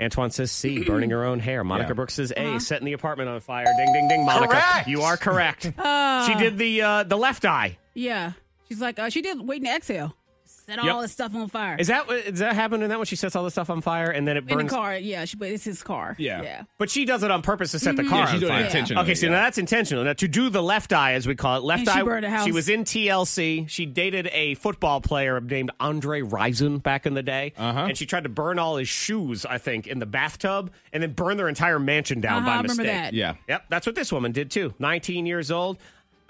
S5: Antoine says [clears throat] C, burning her own hair. Monica
S6: Yeah.
S5: Brooks says A,
S7: Uh-huh.
S5: setting the apartment on fire. Ding, ding, ding, Monica.
S7: Correct.
S5: You are
S7: [laughs]
S5: correct.
S7: Uh,
S5: she did the uh, the left eye.
S7: Yeah. She's like, uh, she did wait and exhale. Set
S5: Yep.
S7: all this stuff on fire.
S5: Is that what- does that happen in that when she sets all the stuff on fire and then it
S7: in the
S5: burns?
S7: car? Yeah, she, but it's his car. Yeah.
S5: But she does it on purpose to set the
S7: Mhm.
S5: car
S7: Yeah,
S5: on
S7: she's doing it
S5: fire.
S7: intentionally,
S5: Okay, so
S7: yeah.
S5: now that's intentional. Now to do the left eye, as we call it, left
S7: And she
S5: eye.
S7: burned a house.
S5: She was in TLC. She dated a football player named Andre Rison back in the day, uh-huh. and she tried to burn all his shoes, I think, in the bathtub, and then burn their entire mansion down
S7: Uh-huh,
S5: by
S7: I remember
S5: mistake.
S7: that. Yeah.
S5: yep, that's what this woman did too. Nineteen years old.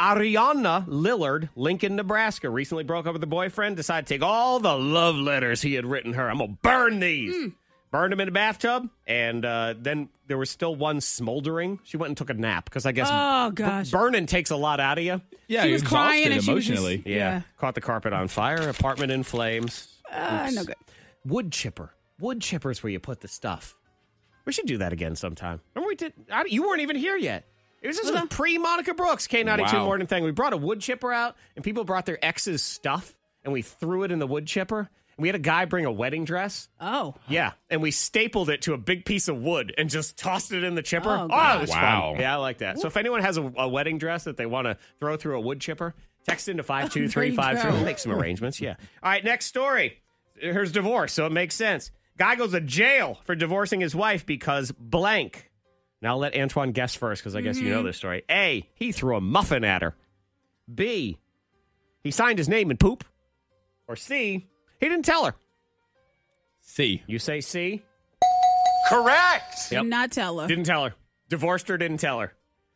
S5: Ariana Lillard, Lincoln, Nebraska, recently broke up with her boyfriend, decided to take all the love letters he had written her. I'm going to burn these.
S7: Hmm.
S5: Burned them in the bathtub, and uh, then there was still one smoldering. She went and took a nap because I guess
S7: Oh,
S5: b-
S7: gosh.
S5: burning takes a lot out of you.
S7: Yeah, She was exhausted crying and she was just- emotionally.
S5: yeah.
S7: yeah.
S5: caught the carpet on fire, apartment in flames.
S7: Ah,
S5: Oops.
S7: no good.
S5: Wood chipper, wood chipper is where you put the stuff. We should do that again sometime. Remember we did? I, you weren't even here yet. It was just pre Monica Brooks K ninety two
S6: Wow.
S5: morning thing. We brought a wood chipper out, and people brought their ex's stuff, and we threw it in the wood chipper. And we had a guy bring a wedding dress.
S7: Oh.
S5: Yeah, and we stapled it to a big piece of wood and just tossed it in the chipper.
S7: Oh,
S5: Oh,
S7: God.
S5: it was
S6: Wow.
S5: fun. Yeah, I like that. So if anyone has a, a wedding dress that they want to throw through a wood chipper, text into
S6: [laughs]
S5: five two three five
S6: There you
S5: two.
S6: go.
S5: Make some arrangements. Yeah. All right, next story. Here's divorce, so it makes sense. Guy goes to jail for divorcing his wife because blank. Now I'll let Antoine guess first because I guess
S6: Mm-hmm.
S5: you know this story. A. He threw a muffin at her. B. He signed his name in poop. Or C. He didn't tell her.
S6: C.
S5: You say C?
S7: Did
S5: Correct. Yep.
S7: not tell her.
S5: Didn't tell her. Divorced her, didn't tell her.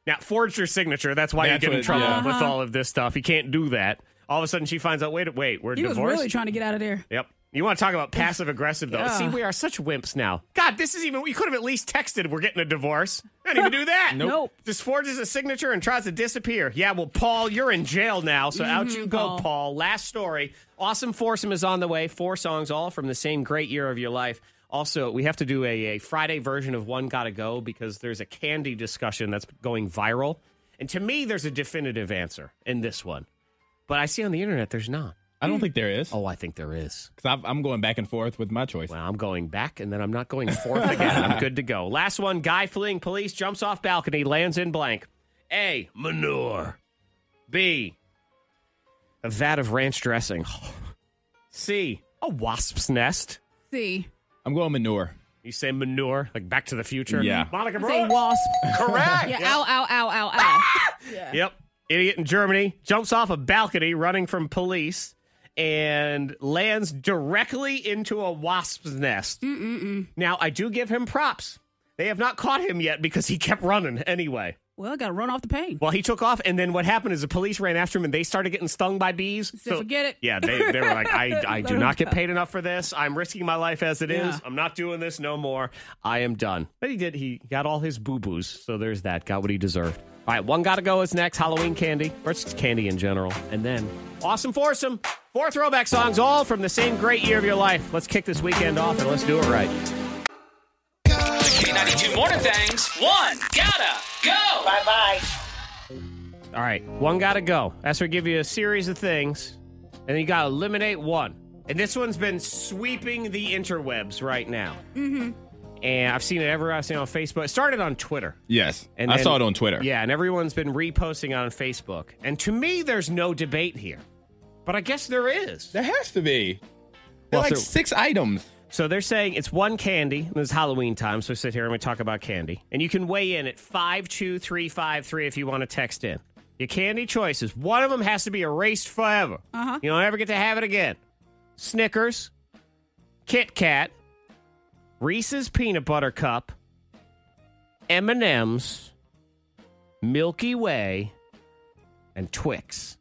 S5: Now, forged her signature. That's why
S6: That's
S5: you get in
S6: what-
S5: trouble
S6: yeah.
S5: with
S7: Uh-huh.
S5: all of this stuff. You can't do that. All of a sudden, she finds out wait, wait, we're
S7: He was
S5: divorced.
S7: really trying to get out of there.
S5: yep. You want to talk about passive aggressive, though.
S7: Yeah.
S5: See, we are such wimps now. God, this is even, we could have at least texted, we're getting a divorce. I didn't even do that.
S7: [laughs] Nope. Nope.
S5: Just forges a signature and tries to disappear. Yeah, well, Paul, you're in jail now, so out
S7: Mhm,
S5: you go,
S7: Paul.
S5: Paul. Last story. Awesome Foursome is on the way. Four songs, all from the same great year of your life. Also, we have to do a, a Friday version of One Gotta Go because there's a candy discussion that's going viral. And to me, there's a definitive answer in this one. But I see on the internet there's not.
S6: I
S7: Mm.
S6: don't think there is.
S5: Oh, I think there is.
S6: Because I'm going back and forth with my choice.
S5: Well, I'm going back and then I'm not going forth again. [laughs] I'm good to go. Last one guy fleeing police jumps off balcony, lands in blank. A. Manure. B. A vat of ranch dressing. [sighs] C. A wasp's nest.
S7: See.
S6: I'm going manure.
S5: You say manure, like Back to the Future.
S6: Yeah.
S5: Monica
S7: Say
S5: Brooks.
S7: wasp.
S5: Correct.
S7: Yeah. Ow, ow, ow, ow, ow. yeah.
S5: Yep. Idiot in Germany jumps off a balcony running from police and lands directly into a wasp's nest.
S7: Mm-mm-mm.
S5: Now, I do give him props. They have not caught him yet because he [laughs] kept running anyway.
S7: Well, I got to run off the pain.
S5: Well, he took off, and then what happened is the police ran after him and they started getting stung by bees.
S7: So forget it.
S5: Yeah, they, they were like, I,
S7: [laughs]
S5: I
S7: Let
S5: do
S7: him
S5: not get
S7: go.
S5: paid enough for this. I'm risking my life as it is.
S7: Yeah.
S5: I'm not doing this no more. I am done. But he did. He got all his boo boos. So there's that. Got what he deserved. All right, one gotta go is next. Halloween candy, or it's just candy in general. And then awesome foursome. Four throwback songs, all from the same great year of your life. Let's kick this weekend off and let's do it right.
S12: K92 Morning Things. One, gotta go. Bye bye.
S5: All right, one gotta go. That's where we give you a series of things, and then you gotta eliminate one. And this one's been sweeping the interwebs right now.
S7: Mm-hmm.
S5: And I've seen it everywhere. I've seen it on Facebook. It started on Twitter.
S6: Yes.
S5: And
S6: I
S5: then-
S6: saw it on Twitter.
S5: Yeah, and everyone's been reposting it on Facebook. And to me, there's no debate here. But I guess there is.
S6: There has to be. They're
S5: Well,
S6: like
S5: there-
S6: six items.
S5: So they're saying it's one candy. And it's Halloween time, so sit here and we talk about candy. And you can weigh in at 52353 if you want to text in. Your candy choices. One of them has to be erased forever.
S7: Uh-huh.
S5: You don't ever get to have it again. Snickers, Kit Kat, Reese's Peanut Butter Cup, M&M's, Milky Way, and Twix.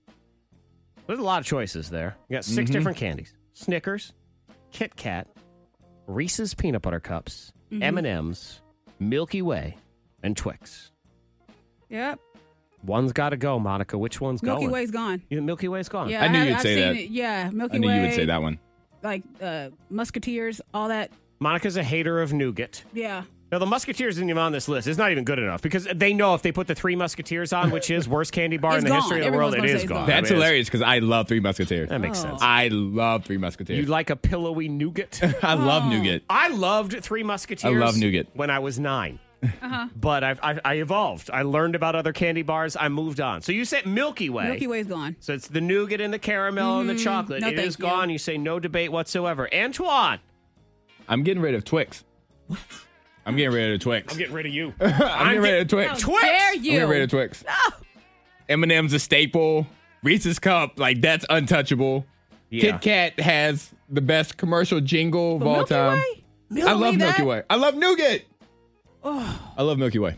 S5: There's a lot of choices there. You got 6
S1: Mhm.
S5: different candies: Snickers, Kit Kat, Reese's peanut butter cups,
S7: Mhm.
S5: M&Ms, Milky Way, and Twix.
S7: Yep.
S5: One's got to go, Monica. Which one's
S7: Milky
S5: going?
S7: Way's gone.
S5: You think Milky Way's gone.
S7: Yeah, have- I've seen It. Yeah, Milky Way. Like uh, Musketeers, all that.
S5: Monica's a hater of nougat.
S7: Yeah.
S5: Now the Musketeers isn't even on this list. It's not even good enough because they know if they put the Three Musketeers on, which is worst candy bar in
S7: [laughs] It's
S5: the history of
S7: gone.
S5: the world, it
S7: Everyone's gonna
S5: is
S7: say it's
S5: gone.
S7: gone. Oh.
S5: I
S6: That's
S5: mean, it's-
S6: hilarious because I love Three Musketeers. That
S5: makes sense.
S6: I love Three Musketeers.
S5: You like a pillowy
S6: [laughs]
S5: nougat?
S6: I love nougat.
S5: I loved Three Musketeers.
S6: I love nougat.
S5: When I was nine.
S7: Uh-huh.
S5: But I've, I've, I evolved. I learned about other candy bars. I moved on. So you said Milky Way.
S7: Milky Way's gone.
S5: So it's the nougat and the caramel and the
S7: Mhm.
S5: chocolate.
S7: No,
S5: it
S7: thank
S5: is
S7: you.
S5: gone. You say no debate whatsoever. Antoine.
S6: I'm getting rid of Twix. What? I'm getting rid of Twix.
S5: I'm getting rid of you.
S6: [laughs] I'm, getting rid of Twix.
S5: Twix.
S7: dare
S6: I'm getting rid of
S7: you? [laughs]
S6: Twix. M&M's a staple. Reese's Cup, like that's untouchable.
S5: Yeah.
S6: Kit Kat has the best commercial jingle of all time.
S7: Way?
S6: I love
S7: Milky
S6: Milky
S7: Way?
S6: Way. I love nougat.
S7: Oh,
S6: I love Milky Way.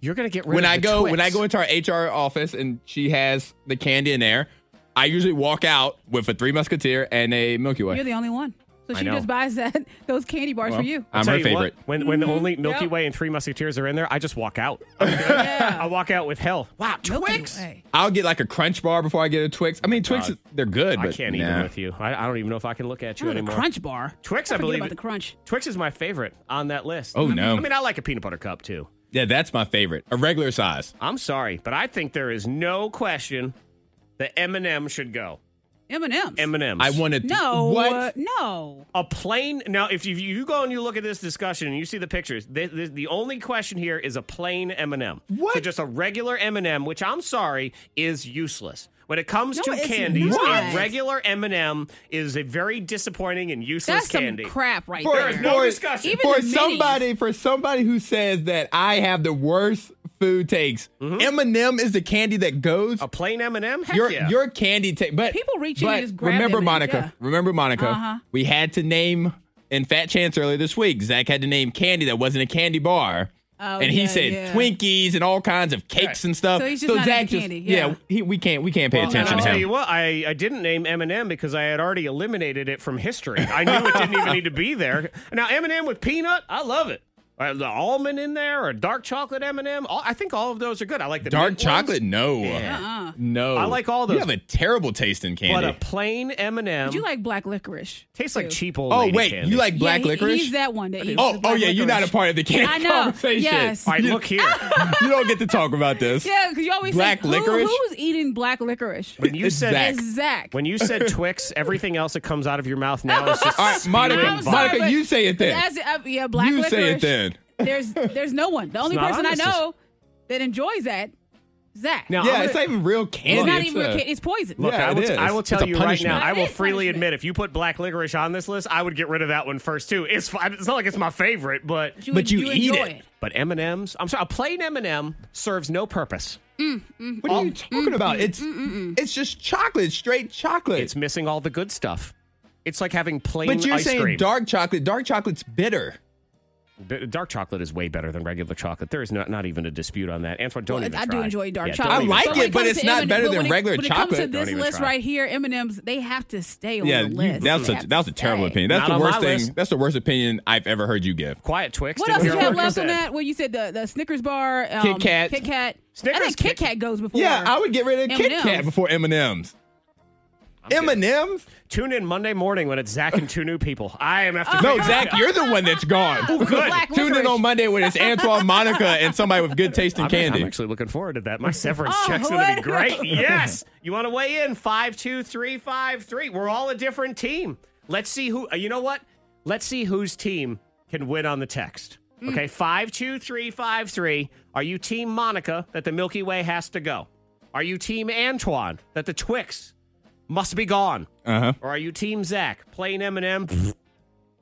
S5: You're gonna get rid
S6: When
S5: of
S6: I
S5: the
S6: go
S5: Twix.
S6: when I go into our HR office and she has the candy in there, I usually walk out with a Three Musketeer and a Milky Way.
S7: you're the only one. So
S6: I
S7: she
S6: know.
S7: just buys that [laughs] those candy bars
S6: Well,
S7: for you.
S5: I'll
S6: I'm
S5: tell
S6: her
S5: you what,
S6: favorite.
S5: when when only Milky
S7: Mm-hmm. Yep.
S5: Way and Three Musketeers are in there, I just walk
S7: [laughs]
S5: out. I walk out with hell. Wow, Twix.
S6: I'll get like a Crunch bar before I get a Twix. I mean, Twix,
S5: God.
S6: they're good,
S5: I
S6: but
S5: can't
S6: nah.
S5: even with you. I, I don't even know if I can look at you
S7: Oh, the
S5: anymore.
S7: Crunch bar.
S5: Twix,
S7: I
S5: I,
S7: forget
S5: believe
S7: about
S5: it-
S7: the Crunch.
S5: Twix is my favorite on that list.
S6: Oh, no.
S5: I mean, I like a peanut butter cup too.
S6: Yeah, that's my favorite. A regular size.
S5: I'm sorry, but I think there is no question that M&M should go.
S7: M&M's.
S5: M&M's.
S6: I wanted
S7: no. uh,
S6: What?
S7: No.
S5: a plain now if you, you go and you look at this discussion and you see the pictures the, the, the only question here is a plain m&m what? so just a regular m&m which i'm sorry is useless when it comes
S7: No,
S5: to
S7: it's
S5: candies
S7: not.
S5: a regular m&m is a very disappointing and useless
S7: That's
S5: candy
S7: some crap right
S6: For,
S7: there.
S5: is no
S6: for-
S5: discussion. Even
S6: for
S7: the minis.
S6: somebody, for somebody who says that I have the worst food takes, M&M is the candy that goes.
S5: a plain m&m Mm-hmm. Heck
S6: your
S5: yeah.
S6: your candy take, but
S7: People reach in
S6: but
S7: and just grab
S6: remember
S7: M&Ms,
S6: Monica.
S7: yeah.
S6: Remember Monica.
S7: Uh-huh.
S6: We had to name in Fat Chance earlier this week. Zach had to name candy that wasn't a candy bar.
S7: Oh,
S6: and he
S7: yeah,
S6: said
S7: yeah.
S6: Twinkies and all kinds of cakes and stuff.
S7: So he's just not into candy, yeah.
S6: he, we can't we can't pay
S5: Well,
S6: attention
S5: and
S6: to
S5: I'll
S6: him.
S5: tell you what, I, I didn't name M&M because I had already eliminated it from history. I knew it didn't even need to be there. Now M&M with peanut, I love it. Uh, the almond in there or dark chocolate M&M, all, I think all of those are good. I like the
S6: Dark
S5: mint
S6: chocolate?
S5: ones,
S6: No. No.
S5: I like all
S6: You
S5: those.
S6: have a terrible taste in
S5: but
S6: candy.
S5: a plain M&M
S7: But you like black licorice.
S5: tastes like cheap old
S6: oh,
S5: lady
S6: wait.
S5: candy.
S6: You like black
S7: yeah, he-
S6: licorice?
S7: He's that one that eats.
S6: oh,
S7: the
S6: oh
S7: black
S6: yeah. You're not a
S7: licorice.
S6: part of the candy
S7: I know,
S6: conversation.
S5: [laughs]
S7: yes.
S5: All right,
S6: You-
S7: [laughs]
S5: look
S6: [laughs]
S5: here.
S6: you don't get to talk about this.
S7: Yeah, because you always
S6: Black
S7: say,
S6: licorice?
S7: Who, who's eating black licorice?
S5: When you
S6: It's
S5: said
S6: Zach.
S7: It's Zach.
S5: when you said Twix, everything else that comes out of your mouth now
S6: [laughs]
S5: is just
S6: All right, Monica,
S5: spewing
S7: I'm
S5: vomit.
S7: sorry,
S6: Monica,
S7: but-
S6: you say it then.
S7: As, uh, yeah, black
S6: You
S7: licorice.
S6: say it then.
S7: There's there's no one. The only
S5: not
S7: person
S5: on
S7: I
S5: this
S7: know that enjoys that, Zach.
S5: Now,
S6: yeah,
S5: I'm
S6: it's
S5: gonna-
S6: not even real candy.
S7: it's not
S6: It's
S7: even
S6: a-
S7: real kid. It's poison.
S5: Look,
S6: Yeah,
S5: I,
S6: it
S5: will
S6: is.
S5: I will
S6: It's
S5: tell
S6: a
S5: you right
S6: punishment.
S5: now, I
S7: It
S5: will
S7: is
S5: freely
S7: punishment.
S5: admit if you put black licorice on this list, I would get rid of that one first too. It's fine. It's not like it's my favorite, but
S7: You,
S6: but you eat
S7: enjoy
S6: it.
S5: but M and M's. I'm sorry, a plain M and M serves no purpose.
S6: What are you
S7: mm,
S6: talking about? It's it's just chocolate, straight chocolate.
S5: It's missing all the good stuff. It's like having plain
S6: but you're
S5: ice
S6: saying
S5: cream.
S6: dark chocolate. Dark chocolate's bitter.
S5: B- dark chocolate is way better than regular chocolate. There is not, not even a dispute on that. Antoine, don't
S7: Well,
S5: even
S7: I
S5: try.
S7: do enjoy dark
S5: Yeah, don't
S7: chocolate.
S5: even
S6: I like
S5: try.
S7: when
S6: it, but
S7: comes
S6: it's
S7: to
S6: not
S7: M&M
S6: better
S7: but
S6: than
S7: when it-
S6: regular
S7: when It
S6: chocolate.
S7: comes to
S6: Don't
S7: this
S5: even
S7: list
S5: try.
S7: right here, M&M's. They have to stay on the list.
S6: that's
S7: They
S6: a
S7: have
S6: that was
S7: to
S6: a terrible
S7: stay.
S6: opinion.
S5: Not
S6: That's the
S5: on
S6: worst
S5: my
S6: thing.
S5: list.
S6: That's the worst opinion I've ever heard you give.
S5: Quiet Twix.
S7: What
S5: didn't
S7: else did
S5: hear
S7: you
S5: a
S7: have
S5: word
S7: left
S5: said.
S7: on that? Well, you said the, the Snickers bar, um,
S6: Kit Kat.
S7: Kit Kat. I
S5: Snickers,
S7: think Kit
S5: Kit-
S7: Kat goes before.
S6: Yeah, I would get rid of Kit Kat
S7: M&Ms.
S6: before M and M's. M
S5: good.
S6: and M's?
S5: Tune in Monday morning when it's Zach and two new people. I am
S7: Oh.
S5: after. [laughs]
S6: No, Zach, you're the one that's gone.
S5: good.
S7: Black
S6: Tune in
S7: licorice.
S6: on Monday when it's Antoine, Monica, and somebody with good taste in
S5: I'm,
S6: candy.
S5: I'm actually looking forward to that.
S6: [laughs]
S5: My severance
S7: Oh,
S5: check's going to be
S7: what?
S5: great. yes. You want to weigh in? 52353. We're all a different team. Let's see who, uh, you know what? Let's see whose team can win on the text.
S6: Hmm.
S5: Okay, 52353. Are you team Monica that the Milky Way has to go? Are you team Antoine that the Twix must be gone?
S6: Uh huh.
S5: Or are you team Zach? Plain M&M? pfft,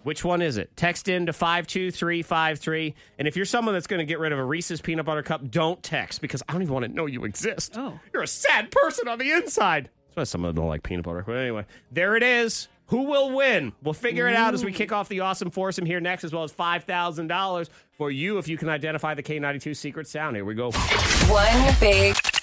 S5: Which one is it? Text in to 52353. And if you're someone that's going to get rid of a Reese's peanut butter cup, don't text because I don't even want to know you exist. Oh. You're a sad person on the inside. That's why some of them don't like peanut butter. But anyway, there it is. Who will win? We'll figure it out as we kick off the awesome foursome here next, as well as $5,000 for you if you can identify the K92 secret sound. Here we go.
S2: One big